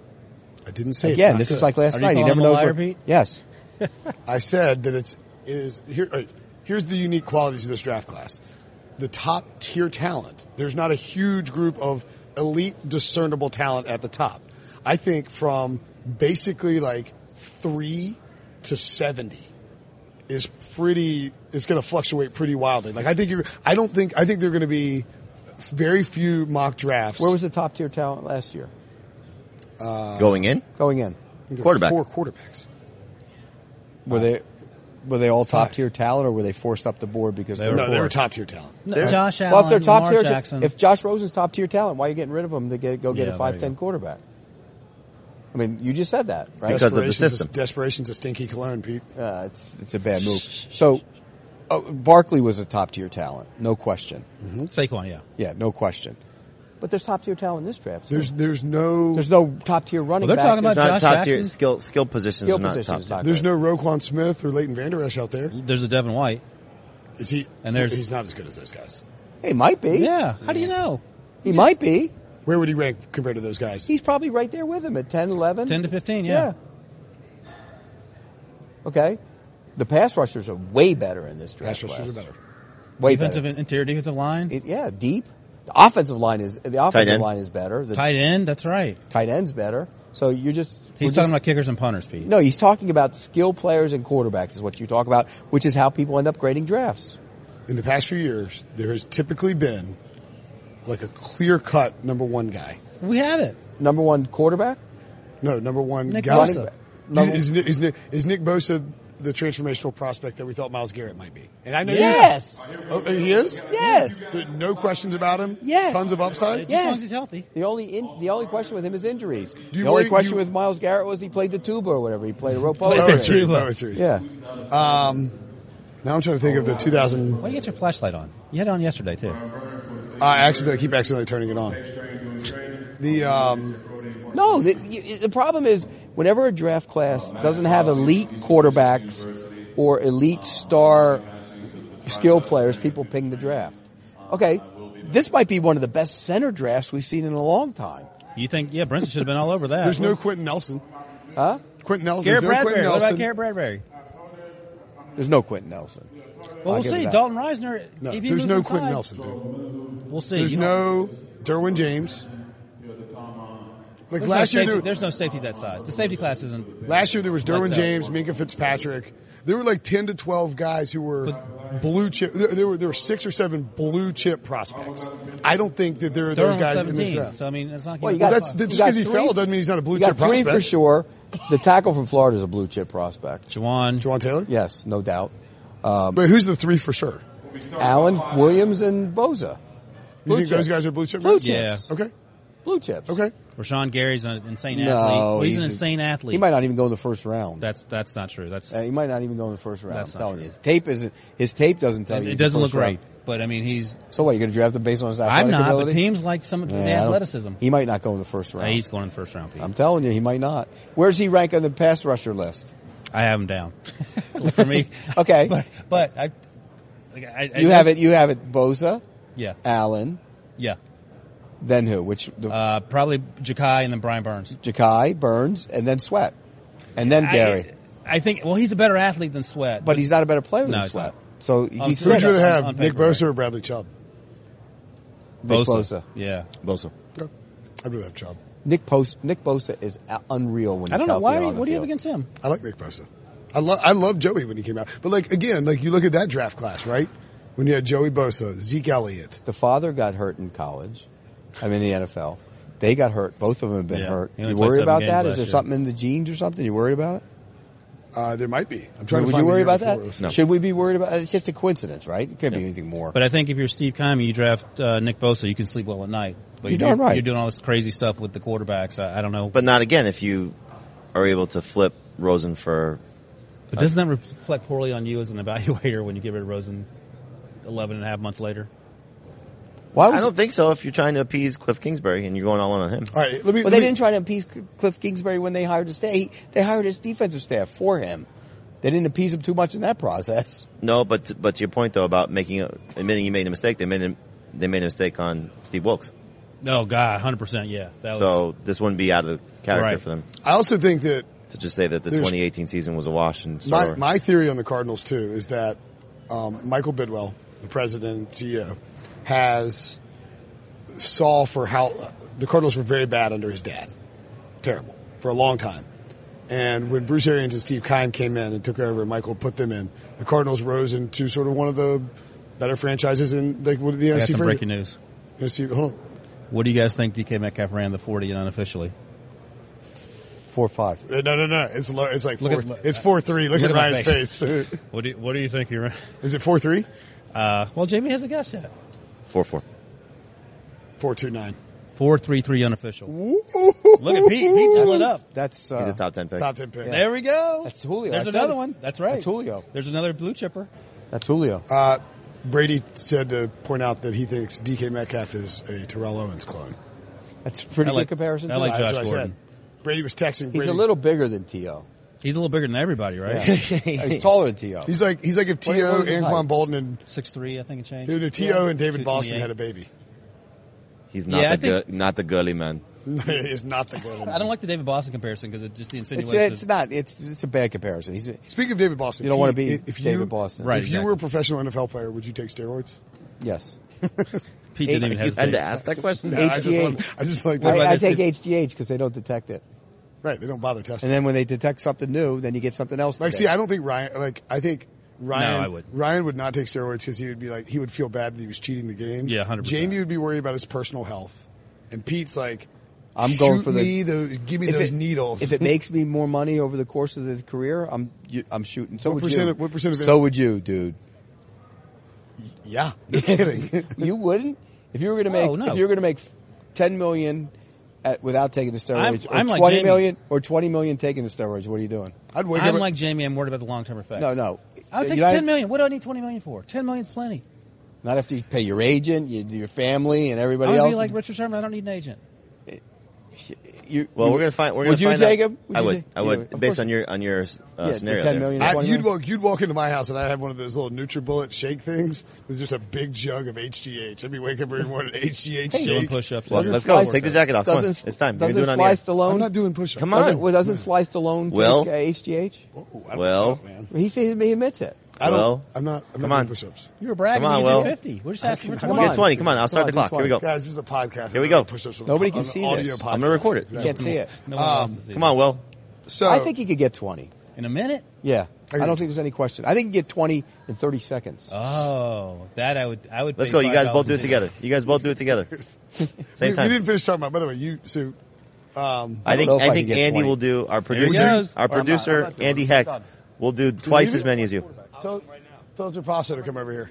A: I didn't say it's
D: Again,
A: not
D: this is
A: good.
D: like last
C: Are you
D: night. He
C: calling
D: never
C: him a
D: knows.
C: liar,
D: what-
C: Pete?
D: Yes.
A: I said that it's it is here. uh, Here's the unique qualities of this draft class: the top tier talent. There's not a huge group of elite discernible talent at the top. I think from basically like three to seventy is pretty. It's going to fluctuate pretty wildly. Like I think you're. I don't think. I think they're going to be very few mock drafts.
D: Where was the top tier talent last year?
B: going in,
D: Going in,
A: There were
B: quarterback.
A: Four quarterbacks.
C: Uh,
D: were they were they all top
A: Five.
D: tier talent, or were they forced up the board because
C: They
D: of-
C: were-
A: No, they
C: four.
A: were top tier talent.
C: No, Josh Allen,
D: well, if they're top
C: Lamar
D: tier,
C: Jackson.
D: if Josh Rosen's top tier talent, why are you getting rid of him to get go get
C: Yeah,
D: a
C: there
D: five
C: you
D: ten
C: go.
D: quarterback? I mean, you just said that, right?
B: Because of the
A: Desperation's a-
B: system.
A: desperation's a stinky cologne, Pete.
D: Uh, it's it's a bad move. So, oh, Barkley was a top tier talent, no question.
C: Saquon, yeah.
D: Yeah, no question. But there's top tier talent in this draft. too.
A: There's there's no
D: There's no top tier running.
C: Well, they're
D: back.
C: talking about
D: There's
B: not
C: Josh
B: top tier
C: Jackson?
B: skill skill positions.
D: skill
B: are not
D: position
B: top
D: is
B: tier.
D: not
A: There's
D: great.
A: no Roquan Smith or Leighton Vander Esch out there.
C: There's a Devin White.
A: Is he?
C: And there's-
A: he's not as good as those guys.
D: He might be.
C: Yeah. How do you know?
D: he might be.
A: Where would he rank compared to those guys?
D: He's probably right there with him at 10, 11.
C: 10 to 15, yeah.
D: Okay. The pass rushers are way better in this draft.
A: Pass rushers
D: class.
A: are better.
D: Way
C: defensive
D: better.
C: interior defensive line,
D: It- yeah, deep. The offensive line is the offensive
B: end.
D: line is better. The tight,
C: tight end. That's right.
D: end's better. So you're just
C: He's talking
D: we're just-
C: about kickers and punters, Pete.
D: no. He's talking about skill players and quarterbacks is what you talk about, which is how people end up grading drafts.
A: In the past few years, there has typically been like a clear cut number one guy.
C: We have it.
D: Number one quarterback,
A: No, number one
C: Nick
A: guy.
C: Bosa.
A: Is, is, is, is Nick Bosa the transformational prospect that we thought Miles Garrett might be. And I know you-
D: Yes.
A: Oh, he is?
D: Yes.
A: So no questions about him?
D: Yes.
A: Tons of upside?
C: Just as long
D: Yes.
C: as he's healthy.
D: The only in, the only question with him is injuries.
A: you
D: The only
A: worry-
D: question
A: you-
D: with Miles Garrett was he played the tuba or whatever. He played a rope.
C: Played the
D: [laughs] over it.
A: Poetry,
C: tuba.
A: poetry.
D: Yeah.
A: Oh, Now I'm trying to think of the 2000.
E: Why do you get your flashlight on? You had it on yesterday too.
A: I accidentally keep accidentally turning it on. The um,
D: No, the, you- the problem is whenever a draft class doesn't have elite quarterbacks or elite star skill players, people ping the draft. Okay, this might be one of the best center drafts we've seen in a long time.
C: You think, yeah, Brinson should have been all over that.
A: there's no Quentin Nelson.
D: Huh?
A: Quentin Nelson. there's
C: Garrett
A: no
C: Bradbury.
A: Quentin
C: What
A: Nelson.
C: about Garrett Bradbury?
D: There's no Quentin Nelson.
C: Well,
D: I'll
C: we'll
D: give it
C: see.
D: that.
C: Dalton Reisner,
A: No,
C: if he
A: there's
C: moves
A: no
C: inside,
A: Quentin Nelson. Dude.
C: We'll see.
A: There's
C: You don't-
A: no Derwin James. Like
C: there's
A: last
C: no
A: year,
C: safety,
A: there,
C: there's no safety that size. The safety class isn't.
A: Last year there was Derwin
C: Let's, uh,
A: James, Minka Fitzpatrick. There were like ten to twelve guys who were
C: But-
A: blue chip. There, there were there were six or seven blue chip prospects. I don't think that there are
C: They're
A: those guys in this
C: 17,
A: draft.
C: So I mean, it's not.
D: Well, you
C: gonna-
D: got,
A: that's-
D: you
A: just
D: got
A: 'cause he
D: three-
A: fell doesn't mean he's not a blue
D: you got
A: chip
D: three
A: prospect.
D: for sure. The tackle from Florida is a blue chip prospect.
C: Juwan.
A: Juwan Taylor.
D: Yes, no doubt.
A: but who's the three for sure?
D: Allen Williams and Boza,
A: You
D: Blue
A: think
D: chip.
A: those guys are blue chip?
D: Blue
A: guys?
C: Yeah.
D: chips.
A: Okay.
D: blue chips.
A: Okay.
C: Rashawn Gary's an insane
D: No,
C: athlete. Well, he's, an
D: he's a-
C: insane athlete.
D: He might not even go in the first round.
C: That's that's not true. That's
D: Uh, he might not even go in the first round.
C: That's
D: I'm
C: not
D: telling
C: true.
D: you, his tape isn't. His tape doesn't tell you.
C: it
D: he's the
C: doesn't look
D: first
C: right.
D: round.
C: But I mean, he's.
D: So what? You're going to draft him based on his athletic
C: I'm not.
D: ability?
C: But teams like some of the
D: Yeah, I don't-
C: athleticism.
D: He might not go in the first
C: Uh,
D: round.
C: he's going in the first round. Pete.
D: I'm telling you, he might not. Where's he rank on the pass rusher list?
C: I have him
D: [laughs]
C: down [laughs] for me.
D: Okay.
C: [laughs] but but I, like, I, I
D: you have it. Uh, You have it. Boza,
C: Yeah,
D: Allen,
C: yeah.
D: then who? Which the,
C: Uh, probably Jakai and then Brian Burns.
D: Jakai, Burns, and then Sweat, and then Gary.
C: I, I think. Well, he's a better athlete than Sweat.
D: but he's not a better player
C: No,
D: than
C: he's
D: Sweat.
C: not.
D: So
C: Um,
D: he's
C: so
A: Who'd
C: Yes.
A: you rather have,
C: On- on
A: Nick
C: paper,
A: Bosa or Bradley Chubb?
D: Nick Bosa.
C: Bosa. Yeah.
B: Bosa.
A: Okay. I'd rather have Chubb.
D: Nick Post, Nick Bosa is a- unreal when he's
C: I don't know
D: healthy
C: why.
D: and on the
C: What do you have
D: field.
C: against him?
A: I like Nick Bosa. I love I love Joey when he came out. But like again, like you look at that draft class, right? When you had Joey Bosa, Zeke Elliott.
D: The father got hurt in college. I mean, the NFL. They got hurt. Both of them have been
C: Yeah.
D: hurt.
C: He only
D: You
C: played
D: worried
C: seven
D: about
C: games
D: that? Is
C: last
D: there
C: year.
D: something in the genes or something? You worried about it?
A: Uh, there might be. I'm trying to
D: Would
A: find
D: you
A: the
D: worry
A: year
D: about
A: before
D: that?
A: it was-
B: No.
D: Should we be worried about? It's just a coincidence, right? It could not be anything more.
C: But I think if you're Steve Kime, you draft uh, Nick Bosa, you can sleep well at night. But
D: You're darn right.
C: You're doing all this crazy stuff with the quarterbacks. I, I don't know.
B: But not again if you are able to flip Rosen for
C: But doesn't that reflect poorly on you as an [laughs] evaluator when you get rid of Rosen 11 and a half months later?
D: why? Would
B: I don't think so if you're trying to appease Cliff Kingsbury and you're going all in on him.
A: All right, let me. let
D: But they
A: me-
D: didn't try to appease C- Cliff Kingsbury when they hired his staff. He- They hired his defensive staff for him. They didn't appease him too much in that process.
B: No, but but to your point though about making a, admitting you made a mistake, they made a, they made a mistake on Steve Wilkes.
C: No, God, 100%. Yeah. That was,
B: So this wouldn't be out of character
C: Right.
B: for them
A: I also think that
B: to just say that the
A: There's-
B: 2018 season was a wash and so
A: my, my theory on the Cardinals too is that um, Michael Bidwell, the president and CEO, has saw for how the Cardinals were very bad under his dad, terrible for a long time. And when Bruce Arians and Steve Kime came in and took over, and Michael put them in, the Cardinals rose into sort of one of the better franchises in like what are the
C: I got
A: NFC.
C: some
A: fran-
C: breaking news.
A: NFC hold on.
C: What do you guys think DK Metcalf ran the 40 and unofficially?
D: Four or five.
A: Uh, No, no, no. It's low, it's like
C: Look
A: four,
C: at my-
A: it's four three. Look,
C: look
A: at
C: at my
A: Ryan's face. [laughs]
C: What do you, What do you think he ran?
A: is it four three?
C: Uh, well, Jamie hasn't guessed yet.
B: four four.
A: Four two nine.
C: 433 unofficial. Look at Pete. Pete just lit up.
D: That's
B: He's
D: uh,
B: a top ten pick.
A: Top ten pick.
C: There we go.
D: That's Julio.
C: There's
D: I tell
C: another
D: you.
C: one. That's right.
D: That's Julio.
C: There's another blue chipper.
D: that's Julio.
A: Uh, Brady said to point out that he thinks DK Metcalf is a Terrell Owens clone.
D: That's a pretty
C: I like-
D: good comparison.
C: I
D: too.
C: like-
A: Uh,
C: Josh
A: what
C: Gordon.
A: Brady was texting.
D: He's
A: Brady.
D: a little bigger than To.
C: He's a little bigger than everybody, right?
D: Yeah. [laughs] He's taller than To.
A: He's like he's like if To
D: What- what was his
A: Anquan
D: height?
A: Bolden and
C: Six three, I think it changed.
A: dude, if To and David Boston had a baby. [laughs]
B: He's not
C: Yeah, I
B: the
C: think-
B: gu- not the girly man.
A: It's not the good.
C: I don't like the David Boston comparison because it just
D: It's,
C: insinuates.
D: it's
C: that-
D: not. It's it's a bad comparison. He's a-
A: Speaking of David Boston,
D: You don't wanna
A: Pete,
D: be
A: if you-
D: David Boston.
C: Right,
A: If you
C: exactly.
A: were a professional NFL player, would you take steroids?
D: yes.
C: Pete didn't even
B: You had
C: hesitate.
B: to ask that
A: [laughs]
B: question.
A: I just,
D: HGH.
A: want- I just like
C: about
D: I, I
C: this?
D: take HGH because they don't detect it,
A: right. They don't bother testing.
D: and then when they detect something new, then you get something else.
A: Like,
D: to
A: see,
D: take.
A: I don't think Ryan. Like, I think Ryan.
C: No, I would.
A: Ryan would not take steroids because he would be like he would feel bad that he was cheating the game.
C: Yeah, 100%.
A: Jamie would be worried about his personal health, and Pete's like,
D: I'm going
A: Shoot
D: for the.
A: me those, give me
D: if
A: those
D: it-
A: needles.
D: If it makes me more money over the course of the career, I'm you, I'm shooting. So
A: What
D: would
A: percent
D: you.
A: of- what percent of it-
D: so would you, dude?
A: [laughs] yeah,
D: [laughs]
A: no kidding.
D: you wouldn't if you were going to
C: [laughs]
D: make
C: Oh, no.
D: if you were going to make ten million at, without taking the steroids,
C: I'm
D: or
C: like
D: twenty million
C: Jamie.
D: or twenty million taking the steroids. What are you doing?
A: I'd wake
C: I'm
A: up.
C: like Jamie. I'm worried about the long term effects.
D: No, no.
C: I would take
D: You're not-
C: ten million. What do I need twenty million for? Ten million's plenty.
D: Not after you pay your agent, you, your family, and
C: I
D: everybody
C: would
D: else.
C: be like Richard Sherman. I don't need an agent.
D: You-
B: Well,
D: you-
B: we're gonna find. We're
D: would
B: gonna find
D: you take
B: out.
D: him?
B: I
D: you
B: would.
D: take-
B: I
D: yeah,
B: would.
D: of
B: based
D: course.
B: on your on your uh,
D: the
B: scenario.
D: 10
B: there.
D: million.
A: I,
D: 20
A: you'd walk. You'd walk into my house, and I'd have one of those little NutriBullet shake things with just a big jug of HGH. I'd be waking up every morning, [laughs] HGH
C: Doing
A: shake.
C: push ups.
B: Well, let's go. Take the jacket off. Come on.
D: Doesn't
B: It's time. We're
D: Doesn't
B: doing it on the air.
D: Sly Stallone?
A: I'm not doing push-ups.
B: Come on.
D: Doesn't, well, doesn't Sly Stallone
B: Well-
D: take uh, HGH?
A: Oh, I don't
B: Well.
A: know, man.
D: He says he admits it.
A: I don't.
B: Well.
A: I'm not. I'm
B: Come
A: not
B: on.
A: doing push-ups.
C: You were bragging.
B: Come on,
C: you
B: Will.
C: did fifty. We're just asking for
A: Come
C: twenty.
B: Get
D: on.
B: twenty. Come on. I'll start
D: Come
B: the
D: on,
B: clock. Here we go.
A: Guys, this is a podcast.
B: Here we go.
A: Push-ups on-
D: Nobody
A: on
D: can
A: an
D: see
A: audio
D: this.
A: podcast.
B: I'm gonna record it.
A: Exactly.
D: You can't see it.
C: No one
A: Um,
C: wants to see
B: Come on, Will.
A: So
D: I think he could get 20.
C: this. In a minute.
D: Yeah. I
A: agree.
D: don't think there's any question. I think he could get 20 in 30 seconds.
C: Oh, that I would. I would.
B: Let's
C: pay
B: go. You guys
C: $5
B: both do it
C: to
B: together. You guys both do it together.
A: we,
B: Same
A: we
B: time.
A: didn't finish talking about. By the way, you so um,
B: I think.
D: know if I
B: I
D: can
B: think
D: get
B: Andy
D: 20.
B: will do our
C: he
B: producer.
C: goes.
B: Our
A: I'm not- I'm
B: producer
D: not doing
B: Andy
D: it.
B: Hecht
D: Done.
B: will do twice
A: leave
B: as
A: it?
B: many as you.
A: Phil- Phillips or Prosser come over here.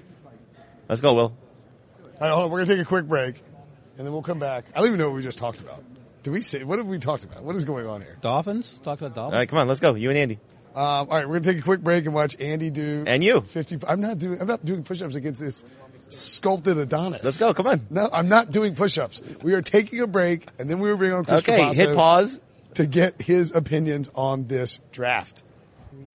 B: Let's go, Will.
A: All right, hold on. We're gonna take a quick break, and then we'll come back. I don't even know what we just talked about. Did we say what have we talked about? What is going on here?
C: Dolphins. Talk about
B: All
C: dolphins.
B: right, come on. Let's go. You and Andy.
A: Um, all right, we're gonna take a quick break and watch Andy do
B: And you.
A: fifty. I'm not doing. I'm not doing push-ups against this sculpted Adonis.
B: Let's go. Come on.
A: No, I'm not doing push-ups. We are taking a break, and then we were bringing on Chris
B: Okay. Hit
A: Cavazzo
B: pause.
A: to get his opinions on this draft.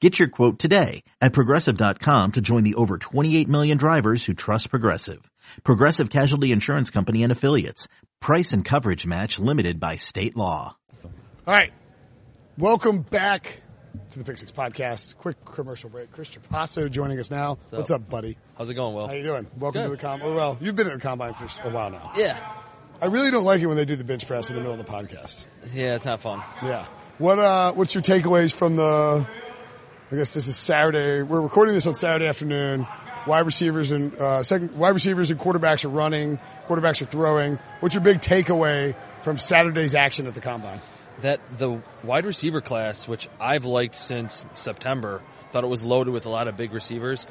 F: Get your quote today at progressive.com to join the over 28 million drivers who trust Progressive. Progressive Casualty Insurance Company and affiliates. Price and coverage match limited by state law.
A: All right. Welcome back to the Pick Six Podcast. Quick commercial break. Chris Trapasso joining us now. What's up, buddy?
G: How's it going, Will?
A: How you doing? Welcome to
G: Good.
A: the combine. Well, you've been in the combine for a while now.
G: Yeah.
A: I really don't like it when they do the bench press in the middle of the podcast.
G: Yeah, it's not fun.
A: Yeah. What uh what's your takeaways from the I guess this is Saturday. We're recording this on Saturday afternoon. Wide receivers and uh second wide receivers and quarterbacks are running, quarterbacks are throwing. What's your big takeaway from Saturday's action at the combine?
G: That the wide receiver class, which I've liked since September, thought it was loaded with a lot of big receivers,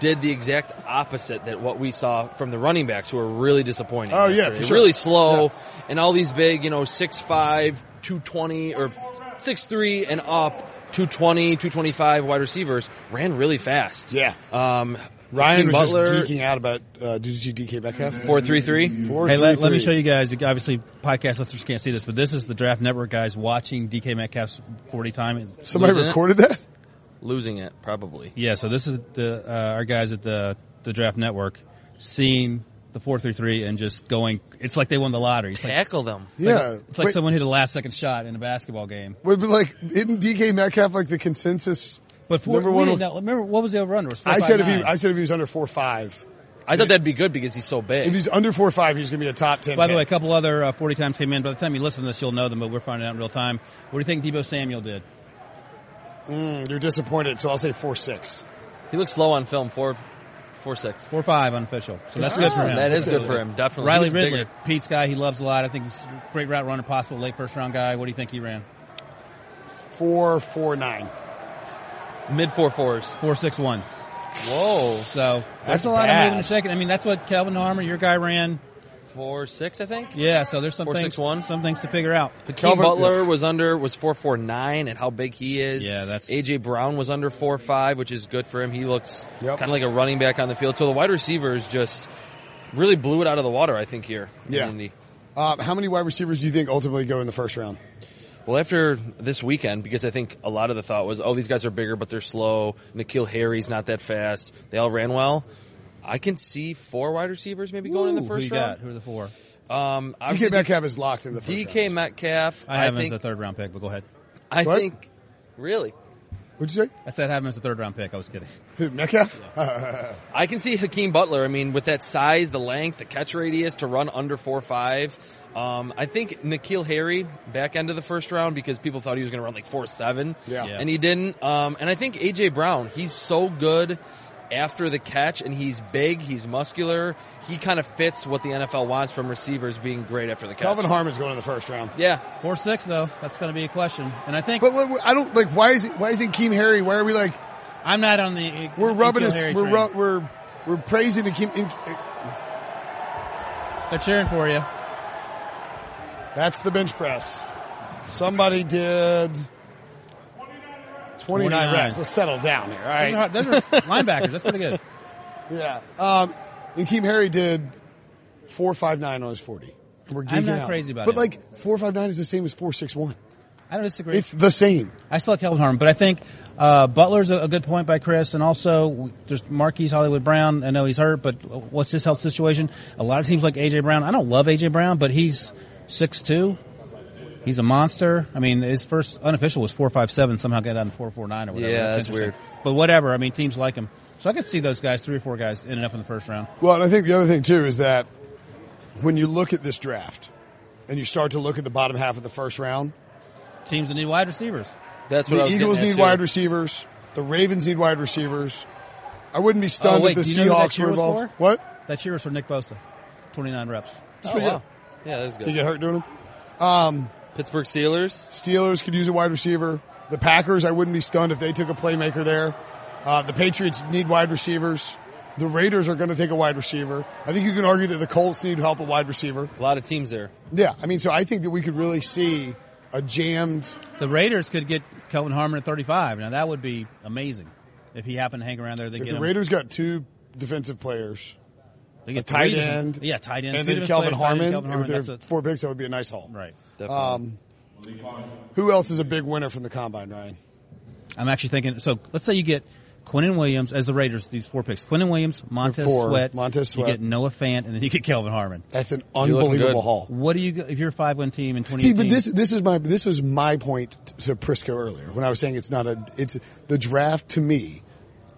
G: did the exact opposite that what we saw from the running backs who were really disappointing.
A: Oh, yeah,
G: yesterday.
A: for sure.
G: Really slow and all these big, you know, 6'5, 220 or 6'3 and up 220, 225 wide receivers ran really fast.
A: Yeah.
G: Um
A: Ryan
G: Hakeem
A: was
G: Butler,
A: just geeking out about uh did you see DK Metcalf?
G: 433.
A: Four,
C: Hey, let,
A: three,
C: let me
A: three.
C: show you guys. Obviously, podcast listeners can't see this, but this is the Draft Network guys watching DK Metcalf's 40 time. It's-
A: Somebody
G: Losing it.
A: recorded that?
G: Losing it probably.
C: Yeah, so this is the uh, our guys at the the Draft Network seeing the 433 and just going. It's like they won the lottery. It's like,
G: Tackle them.
A: Yeah.
C: it's like
A: Wait,
C: someone hit a last second shot in a basketball game.
A: Would be like isn't DK Metcalf like the consensus?
C: But four,
A: Number
C: we
A: one-
C: didn't know- remember what was the over under?
A: I said if he I said if he was under four five,
G: I thought that'd be good because he's so big.
A: If he's under four five, he's going to be a top ten.
C: By the
A: pick.
C: way, a couple other uh, 40 times came in. By the time you listen to this, you'll know them, but we're finding out in real time. What do you think Debo Samuel did?
A: Mm, you're disappointed, so I'll say four six.
G: he looks low on film. Four, four six.
C: Four five unofficial. So that's Oh, good for him.
G: That is good for him. Definitely.
C: Riley
G: He's
C: Ridley,
G: bigger.
C: Pete's guy. He loves a lot. I think he's a great route runner, possible late first round guy. What do you think he ran?
A: Four four nine.
G: Mid four fours.
C: Four six one.
G: Whoa.
C: So
A: That's
C: that's a lot
A: bad.
C: of moving and shaking. I mean, that's what Calvin Harmer, your guy, ran.
G: Four six, I think.
C: Yeah. So there's some
G: Four,
C: things,
G: six, one?
C: some things to figure out.
G: Hakeem Butler was under was four four nine, and how big he is.
C: Yeah, that's-
G: AJ Brown was under four five, which is good for him. He looks
A: Yep.
G: kind of like a running back on the field. So the wide receivers just really blew it out of the water. I think here. in
A: Yeah.
G: Indy.
A: Uh, how many wide receivers do you think ultimately go in the first round?
G: Well, after this weekend, because I think a lot of the thought was, oh, these guys are bigger, but they're slow. Nikhil Harry's not that fast. They all ran well. I can see four wide receivers maybe going in
C: Ooh,
G: the first
C: who you
G: round.
C: Got? Who are the four?
G: Um, obviously
A: DK Metcalf is locked in the first
G: DK
A: round.
G: Metcalf.
C: I
G: I,
C: have him as
G: think.
C: a third round pick, but go ahead.
G: I
A: What?
G: think. Really,
A: What'd you say?
C: I said I have him as a third round pick. I was kidding.
A: Who, Metcalf?
G: I can see Hakeem Butler. I mean, with that size, the length, the catch radius to run under four five. Um, I think Nikhil Harry back end of the first round because people thought he was going to run like four seven.
A: Yeah. Yeah.
G: and he didn't. Um, and I think AJ Brown. He's so good after the catch, and he's big. He's muscular. He kind of fits what the NFL wants from receivers being great after the catch.
A: Calvin Harmon's going in the first round.
G: yeah,
C: Four six though. That's going to be a question. And I think
A: But what, I don't like. Why is it, why isn't Keem Harry? Why are we like
C: I'm not on the.
A: we're rubbing
C: Nikhil
A: us?
C: Harry
A: We're
C: train.
A: ru- we're we're praising Akeem. In,
C: They're cheering for you.
A: that's the bench press. Somebody did twenty nine
C: 29.
A: reps. Let's settle down here. All right.
C: Those are, [laughs] those are linebackers. That's pretty good.
A: Yeah. Um, and Keem Harry did four five nine on his forty. We're
C: I'm
A: geeking
C: not
A: out.
C: crazy about
A: But
C: him.
A: like four five nine is the same as four six one.
C: I don't disagree.
A: It's the same.
C: I still like Calvin Harmon, but I think uh, Butler's a, a good point by Chris, and also w- there's Marquise Hollywood Brown. I know he's hurt, but what's his health situation? A lot of teams like AJ Brown. I don't love AJ Brown, but he's six two. He's a monster. I mean, his first unofficial was four five seven. Somehow got down to four four nine or whatever.
G: Yeah, that's
C: interesting.
G: weird.
C: But whatever. I mean, teams like him, so I could see those guys, three or four guys, ending up in the first round.
A: Well, and I think the other thing too is that when you look at this draft and you start to look at the bottom half of the first round,
C: Teams that need wide receivers.
G: that's what
A: the
G: I was getting
A: Eagles
G: at,
A: need
G: too.
A: wide receivers. The Ravens need wide receivers. I wouldn't be
C: Oh,
A: stunned
C: wait,
A: if the
C: do you know who that
A: Seahawks
C: cheer
A: were
C: was
A: involved.
C: for?
A: What?
C: That year was for Nick Bosa, twenty nine reps.
G: Oh, wow. Yeah, that's
A: Did you
G: good.
A: get hurt doing them?
G: Pittsburgh Steelers.
A: Steelers could use a wide receiver. The Packers, I wouldn't be stunned if they took a playmaker there. Uh, the Patriots need wide receivers. The Raiders are going to take a wide receiver. I think you can argue that the Colts need help at wide receiver.
G: A lot of teams there.
A: Yeah, I mean, so I think that we could really see a jammed
C: The Raiders could get Kelvin Harmon at 35. Now that would be amazing if he happened to hang around there. They
A: If
C: get
A: the
C: him.
A: Raiders got two defensive players,
C: they
A: a
C: get three
A: tight end,
C: different- yeah, tight end,
A: and
C: two
A: then
C: different
A: Calvin
C: players, tight end,
A: Harmon, with
C: Kelvin Harmon,
A: their
C: that's a-
A: four picks, that would be a nice haul. Um,
C: right.
G: Definitely.
A: Who else is a big winner from the combine, Ryan?
C: I'm actually thinking. So let's say you get Quinnen Williams as the Raiders. These four picks: Quinnen Williams, Montez
A: Four.
C: Sweat,
A: Montez
C: You
A: Sweat.
C: get Noah Fant, and then you get Kelvin Harmon.
A: That's an
G: looking
A: unbelievable
G: good.
A: haul.
C: What do you go- if you're a five win team in 2018?
A: See, but this this is my this was my point to Prisco earlier when I was saying it's not a it's the draft to me.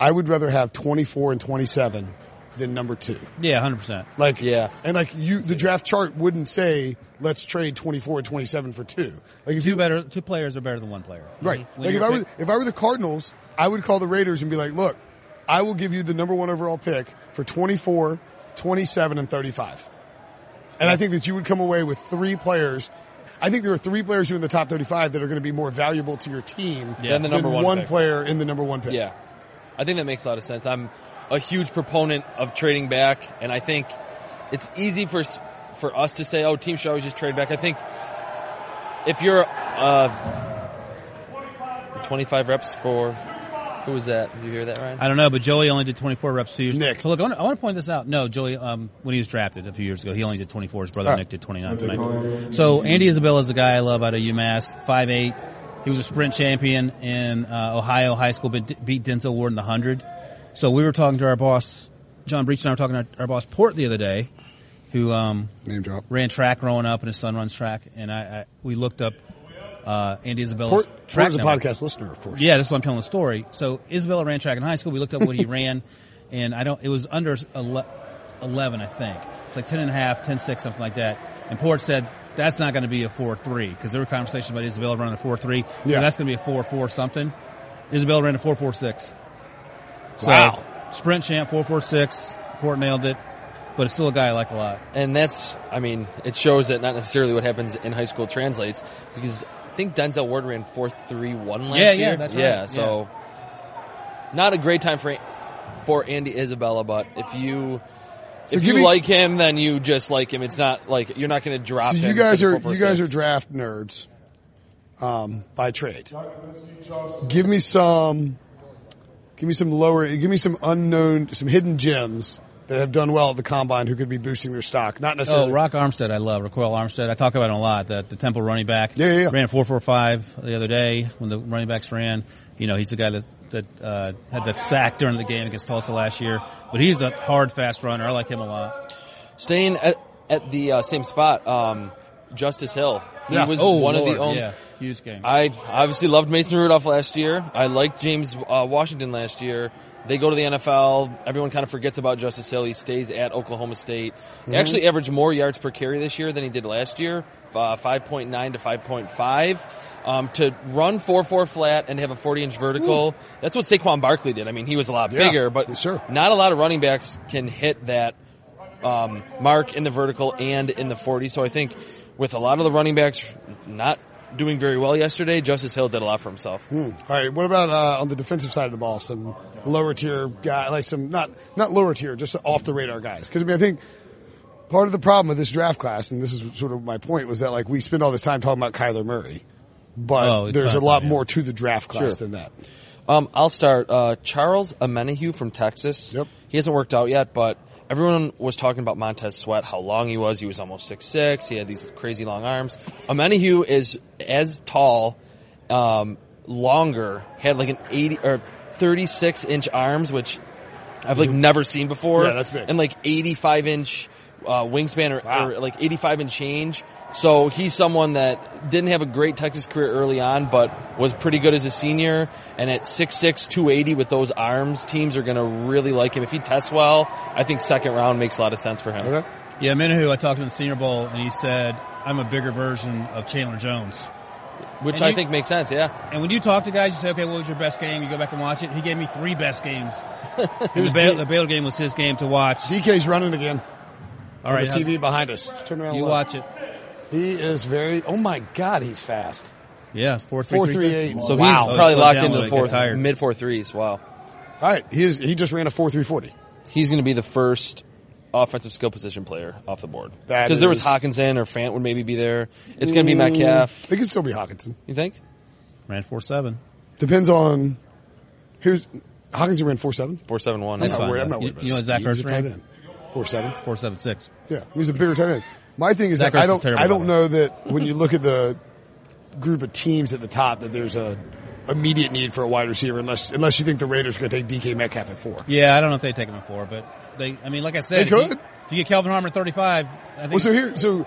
A: I would rather have twenty four and twenty seven than number two.
C: yeah, 100. percent
A: Like
G: Yeah.
A: and like you the draft chart wouldn't say let's trade twenty four and twenty seven for two. Like if you
C: Two better, two players are better than one player.
A: Right.
C: When
A: Like if
C: you're
A: I were
C: pick-
A: if I were the Cardinals, I would call the Raiders and be like, "Look, I will give you the number 1 overall pick for 24, 27 and 35." And I think that you would come away with three players. I think there are three players who are in the top 35 that are going to be more valuable to your team
G: Yeah. Than the number one pick.
A: player in the number 1 pick.
G: Yeah. I think that makes a lot of sense. I'm a huge proponent of trading back, and I think it's easy for s- for us to say, "Oh, teams should always just trade back." I think if you're uh, 25 reps for who was that? Did you hear that, Ryan?
C: I don't know, but Joey only did 24 reps two years.
A: Nick.
C: So look, I want, to, I want to point this out. No, Joey, um, when he was drafted a few years ago, he only did 24. His brother
A: All right.
C: Nick did 29 tonight. So Andy Isabella is a guy I love out of UMass, 5'8". He was a sprint champion in uh, Ohio high school, but beat Denzel Ward in the 100. So we were talking to our boss, John Breach and I were talking to our, our boss Port the other day, who um,
A: Name drop.
C: ran track growing up, and his son runs track. And I, I we looked up uh, Andy Isabella's
A: Port,
C: track
A: Port is a
C: number.
A: podcast listener, of course.
C: Yeah, that's why I'm telling the
A: [laughs]
C: story. So Isabella ran track in high school. We looked up what he ran, and I don't. It was under ele- 11, I think. It's like 10 and a half, 10 6, something like that. And Port said, that's not going to be a 4 3 because there were conversations about Isabel running a 4 3.
A: Yeah.
C: So that's going to be a 4 4 something. Isabel ran a 4 4 6. So
H: Wow.
C: Sprint champ, 4 4 6. Port nailed it. But it's still a guy I like a lot.
G: And that's, I mean, it shows that not necessarily what happens in high school translates because I think Denzel Ward ran 4.31 last
C: Yeah, yeah,
G: year.
C: that's right.
G: Yeah, so not a great time for for Andy Isabella, but if you if
A: give
G: you
A: me-
G: like him, then you just like him. It's not like you're not going to drop.
A: So you
G: him
A: guys
G: for the
A: are
G: 4.46.
A: you guys are draft nerds um, by trade. Give me some. Give me some lower. Give me some unknown, some hidden gems that have done well at the combine who could be boosting their stock. Not necessarily.
C: Oh, Rock Armstead, I love Recoil Armstead. I talk about him a lot. The, the Temple running back.
A: Yeah, yeah, yeah.
C: Ran four four five the other day when the running backs ran. You know, he's the guy that that uh, had that sack during the game against Tulsa last year. But he's a hard, fast runner. I like him a lot.
G: staying at, at the uh, same spot. Um, Justice Hill. He
A: Yeah.
G: was
C: Oh,
G: one of
C: Lord,
G: the only.
C: yeah, huge game.
G: I obviously loved Mason Rudolph last year. I liked James uh, Washington last year. They go to the NFL. Everyone kind of forgets about Justice Hill. He stays at Oklahoma State. He actually averaged more yards per carry this year than he did last year, f- uh, 5.9 to 5.5. Um, to run 4-4 flat and have a 40-inch vertical, that's what Saquon Barkley did. I mean, he was a lot
A: Yeah,
G: bigger, but
A: sure.
G: not a lot of running backs can hit that um, mark in the vertical and in the 40. So I think with a lot of the running backs not doing very well yesterday, Justice Hill did a lot for himself.
A: hmm. All right. What about uh, on the defensive side of the ball? Some lower tier guy, like some not not lower tier, just off the radar guys. Because I mean, I think part of the problem with this draft class, and this is sort of my point, was that like we spend all this time talking about Kyler Murray, but
C: Oh,
A: there's a
C: tons,
A: lot
C: yeah.
A: more to the draft class than that.
G: Um, I'll start. Uh, Charles Amenahue from Texas.
A: Yep.
G: He hasn't worked out yet, but everyone was talking about Montez Sweat, how long he was. He was almost 6'6". He had these crazy long arms. Amenahue is as tall, um, longer, had like an 80 or 36 inch arms, which I've like never seen before.
A: Yeah, that's big.
G: And like 85 inch uh, wingspan or,
A: Wow.
G: or like 85 and change. So he's someone that didn't have a great Texas career early on, but was pretty good as a senior. And at 6'6", 280 with those arms, teams are going to really like him. If he tests well, I think second round makes a lot of sense for him.
A: Okay.
C: yeah, Minahoo, I talked to him in the Senior Bowl, and he said, "I'm a bigger version of Chandler Jones."
G: Which
C: And
G: I
C: you-
G: think makes sense, yeah.
C: And when you talk to guys, you say, "Okay, what was your best game?" You go back and watch it. He gave me three
A: [laughs]
C: best games. It was Baylor, the Baylor game was his game to watch.
A: DK's running again.
C: All right,
A: the TV behind us. Just turn around.
C: you
A: and look.
C: watch it.
A: He is very. Oh my God, he's fast.
C: Yeah, it's four three
A: Four
C: three.
A: three eight.
G: So
C: Wow.
G: he's
C: Oh, he
G: probably
C: slowed
G: locked
C: down
G: into
C: when
G: the
C: he got
G: fourth,
C: tired.
G: mid four threes. Wow.
A: all right. He is. He just ran a four three forty.
G: He's going to be the first offensive skill position player off the board.
A: That
G: Because there was
A: is-
G: Hawkinson or Fant would maybe be there. It's going to be Metcalf.
A: It could still be Hawkinson.
G: You think?
C: Ran four seven.
A: Depends on who's. Hawkinson ran four seven.
G: Four seven one.
A: I'm
C: That's
A: not
C: fine,
A: worried. I'm
C: though.
A: not worried. about
C: You-
A: this.
C: you know what Zach
A: He's a
C: Ertz
A: tight
C: ran?
A: end. Four seven.
C: Four seven six.
A: Yeah, he's a bigger tight end. My thing is
C: Zach
A: that
C: Ertz
A: I
C: is
A: don't.
C: terrible
A: I don't
C: at
A: know that when you look at the group of teams at the top that there's a immediate need for a wide receiver unless unless you think the Raiders are going to take DK Metcalf at four.
C: Yeah, I don't know if they take him at four, but they. I mean, like I said,
A: They
C: if you-
A: could.
C: If you get Calvin Harmon at thirty five, I think.
A: Well, so here, so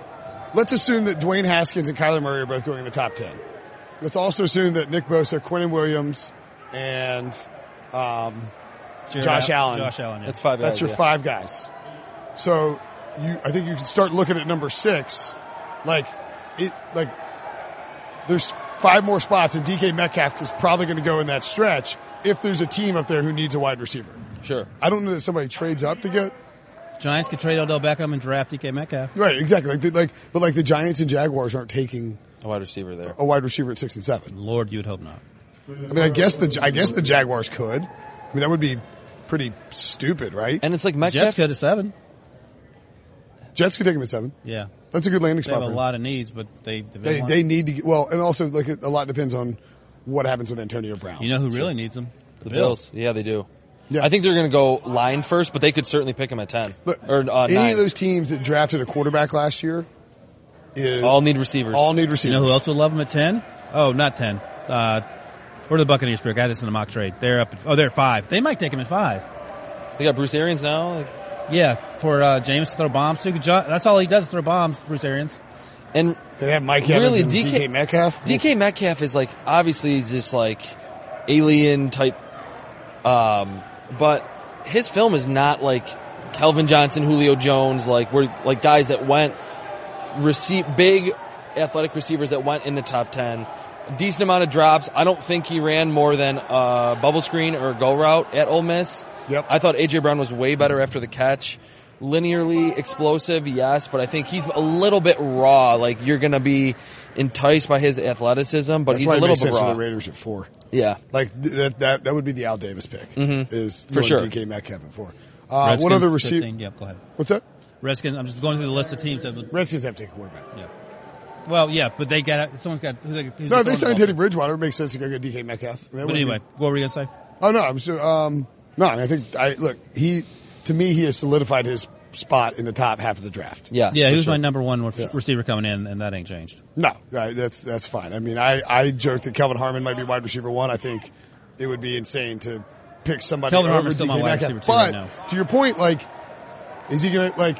A: let's assume that Dwayne Haskins and Kyler Murray are both going in the top ten. Let's also assume that Nick Bosa, Quentin Williams, and um,
C: Jared
A: Josh
C: Al-
A: Allen.
C: Josh Allen. yeah.
G: That's five.
A: that's your
G: yeah.
A: five guys. So you, I think you can start looking at number six. Like it, like there's five more spots, and DK Metcalf is probably going to go in that stretch if there's a team up there who needs a wide receiver.
G: Sure.
A: I don't know that somebody trades up to get
C: Giants could trade Odell Beckham and draft DK Metcalf.
A: right exactly like the, like but like the Giants and Jaguars aren't taking
G: A wide receiver there.
A: a wide receiver at six and seven.
C: Lord, you would hope not.
A: I mean, I guess the I guess the Jaguars could. I mean, that would be pretty stupid, right?
G: And it's like
C: Jets
G: Metcalf.
C: could at seven.
A: Jets could take him at seven.
C: Yeah,
A: That's a good landing
C: they
A: spot.
C: have a
A: for him.
C: lot of needs, but they they,
A: They,
C: want-
A: they need to get, well, and also like a lot depends on what happens with Antonio Brown.
C: You know who really needs them?
G: The Bills. Yeah, they do.
A: Yeah.
G: I think they're going to go line first, but they could certainly pick him at ten
A: Look,
G: or uh,
A: any
G: nine.
A: of those teams that drafted a quarterback last year is
G: All need receivers.
A: all need
C: You
A: receivers.
C: know who else would love him at ten? Oh, not ten. Uh, where are the Buccaneers pick? I had this in the mock trade. They're up. At, oh, they're at five. They might take him at five.
G: they got Bruce Arians now,
C: Yeah, for uh, James to throw bombs too. Jo- That's all he does is throw bombs. Bruce Arians.
G: and
A: they have Mike Evans
G: Really,
A: and DK,
G: DK
A: Metcalf.
G: DK Metcalf is like obviously he's just like alien type, um, but his film is not like Kelvin Johnson, Julio Jones, like we're like guys that went receive big athletic receivers that went in the top 10. Decent amount of drops. I don't think he ran more than a bubble screen or a go route at Ole Miss.
A: Yep.
G: I thought AJ Brown was way better after the catch. Linearly explosive, yes, but I think he's a little bit raw. Like you're gonna be enticed by his athleticism, but
A: That's
G: he's
A: why
G: a
A: it
G: little
A: makes
G: bit
A: sense for
G: raw.
A: the Raiders at four.
G: Yeah.
A: Like th- that, that, that would be the Al Davis pick. Is
G: For
A: going
G: sure.
A: DK Metcalf at four. Uh,
C: Redskins,
A: what other receiver?
C: 15. Yep, go ahead.
A: What's that?
C: Redskins. I'm just going through the list of teams. That,
A: Redskins have to take a quarterback.
C: yeah. Well, yeah, but they got somene's got. Who's, who's
A: No,
C: the
A: they signed
C: quarterback?
A: Teddy Bridgewater. It makes sense to go get DK Metcalf. I mean, that
C: But
A: wouldn't be-
C: anyway, what were you gonna say?
A: Oh no, I'm sure. Um, no, I, mean, I think I look. He to me, he has solidified his spot in the top half of the draft.
G: Yeah.
C: Yeah,
G: for
C: he was
G: sure.
C: my number one ref- receiver coming in, and that ain't changed.
A: No, I, that's that's fine. I mean, I I joked that Kelvin Harmon might be wide receiver one. I think it would be insane to pick somebody
C: Kelvin
A: over
C: Harmon's still
A: DK
C: my wide
A: Metcalf.
C: receiver two
A: But
C: right now.
A: to your point, like, is he gonna like?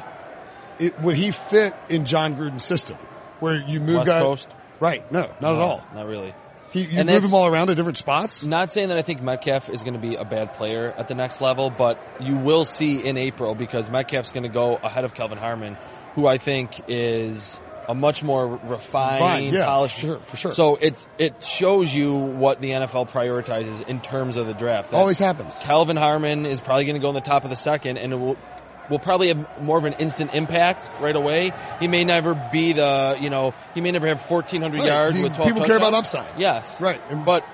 A: It, would he fit in John Gruden's system where you move
G: West
A: guys?
G: Coast?
A: Right? No, not at all.
G: Not really.
A: He, you
G: And
A: move
G: that's-
A: him all around to different spots.
G: Not saying that I think Metcalf is going to be a bad player at the next level, but you will see in April because Metcalf's going to go ahead of Kelvin Harmon, who I think is a much more refined,
A: Refined, yeah,
G: polished.
A: for sure, for sure.
G: So it's it shows you what the NFL prioritizes in terms of the draft. That
A: Always happens.
G: Calvin Harmon is probably going to go in the top of the second, and it will will probably have more of an instant impact right away. He may never be the you know he may never have fourteen hundred
A: Right.
G: yards
A: The-
G: with twelve.
A: people care about
G: touchdowns.
A: upside.
G: Yes,
A: Right. And-
G: but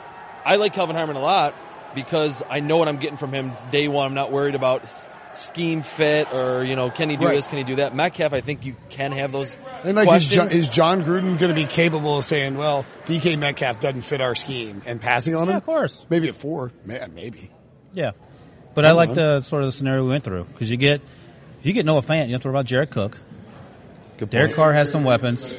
G: I like Calvin Harmon a lot because I know what I'm getting from him day one. I'm not worried about s- scheme fit or you know can he do
A: Right.
G: this, can he do that. Metcalf, I think you can have those
A: And like, is
G: questions.
A: John, is John Gruden going to be capable of saying, "Well, DK Metcalf doesn't fit our scheme," and passing on him?
C: Yeah, of course.
A: Maybe at four, May- maybe.
C: Yeah, but I like
A: on.
C: the sort of the scenario we went through because you get if you get Noah Fant, you have to worry about Jared Cook. Derek Carr has some weapons.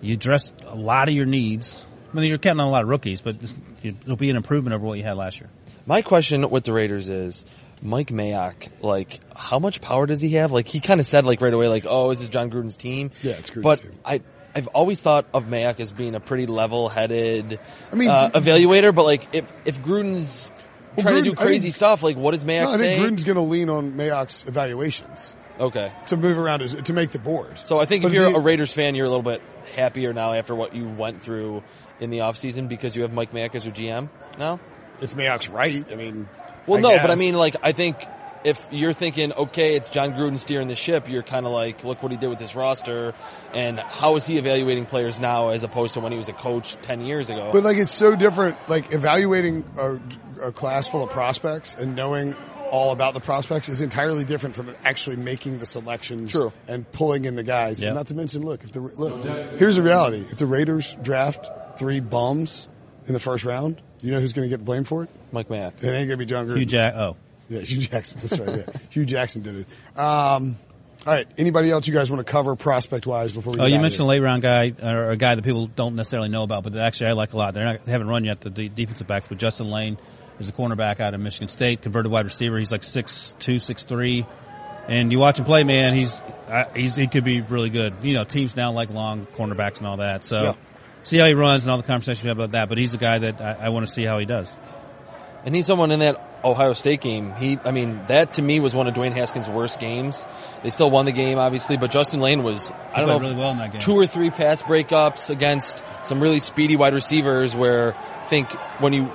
C: You address a lot of your needs. I mean, you're counting on a lot of rookies, but it's- it'll be an improvement over what you had last year.
G: My question with the Raiders is Mike Mayock, like, how much power does he have? Like, he kind of said, like, right away, like, oh, is this John Gruden's team?
A: Yeah, it's Gruden's
G: But
A: team.
G: I, I've always thought of Mayock as being a pretty level-headed,
A: I mean,
G: uh, evaluator, but like, if, if Gruden's trying
A: Gruden- I
G: to do crazy
A: think-
G: stuff, like, what does Mayock
A: No, I
G: say?
A: think Gruden's going to lean on Mayock's evaluations
G: okay.
A: to move around his, to make the board.
G: So I think
A: But
G: if you're
A: the-
G: a Raiders fan, you're a little bit happier now after what you went through in the offseason because you have Mike Mayock as your GM now?
A: if Mayock's right, I mean,
G: Well,
A: I
G: no, but I
A: guess.
G: mean, like, I think if you're thinking, okay, it's John Gruden steering the ship, you're kind of like, look what he did with this roster, and how is he evaluating players now as opposed to when he was a coach 10 years ago?
A: But like, it's so different. Like evaluating a, a class full of prospects and knowing all about the prospects is entirely different from actually making the selections
G: True.
A: and pulling in the guys.
C: Yeah.
A: And not to mention, look, if the look, here's the reality: if the Raiders draft three bums in the first round, you know who's going to get the blame for it?
G: Mike Mayock.
A: It ain't going to be John Gruden.
C: Hugh Jack. Oh,
A: Yeah, Hugh Jackson. That's right. Yeah. [laughs] Hugh Jackson did it. Um, all right. Anybody else you guys want to cover prospect wise before we?
C: oh,
A: get
C: you
A: out of
C: mentioned a
A: here?
C: late round guy or a guy that people don't necessarily know about, but that actually I like a lot. They're not they haven't run yet the de- defensive backs, but Justin Lane is a cornerback out of Michigan State, converted wide receiver. He's like six two, six three, and you watch him play, man. He's I he's he could be really good. You know, teams now like long cornerbacks and all that. So
A: Yeah.
C: see how he runs and all the conversations we have about that. But he's a guy that I, I want to see how he does.
G: And he's someone in that Ohio State game. He, I mean, that to me was one of Dwayne Haskins' worst games. They still won the game, obviously, but Justin Lane was, I don't know,
C: played really well in that game.
G: two or three pass breakups against some really speedy wide receivers where I think when you,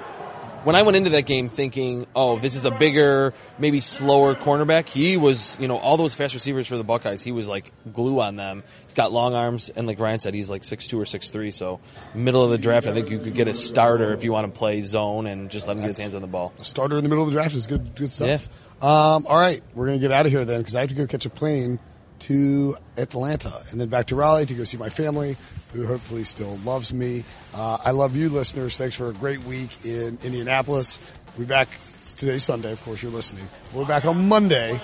G: when I went into that game thinking, oh, this is a bigger, maybe slower cornerback, he was, you know, all those fast receivers for the Buckeyes, he was like glue on them. He's got long arms, and like Ryan said, he's like 6'2 or 6'3, so middle of the draft, I think you could get a starter if you want to play zone and just let him get his hands on the ball.
A: a starter in the middle of the draft is good. Good stuff. Um, all right, we're gonna get out of here then because I have to go catch a plane to Atlanta and then back to Raleigh to go see my family, who hopefully still loves me. Uh, I love you, listeners. Thanks for a great week in Indianapolis. We'll be back today's Sunday. Of course, you're listening. We're back on Monday.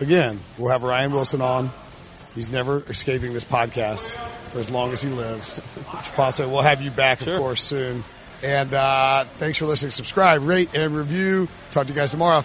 A: Again, we'll have Ryan Wilson on. He's never escaping this podcast for as long as he lives. Possibly, we'll have you back, of course, soon. And uh, thanks for listening. Subscribe, rate, and review. Talk to you guys tomorrow.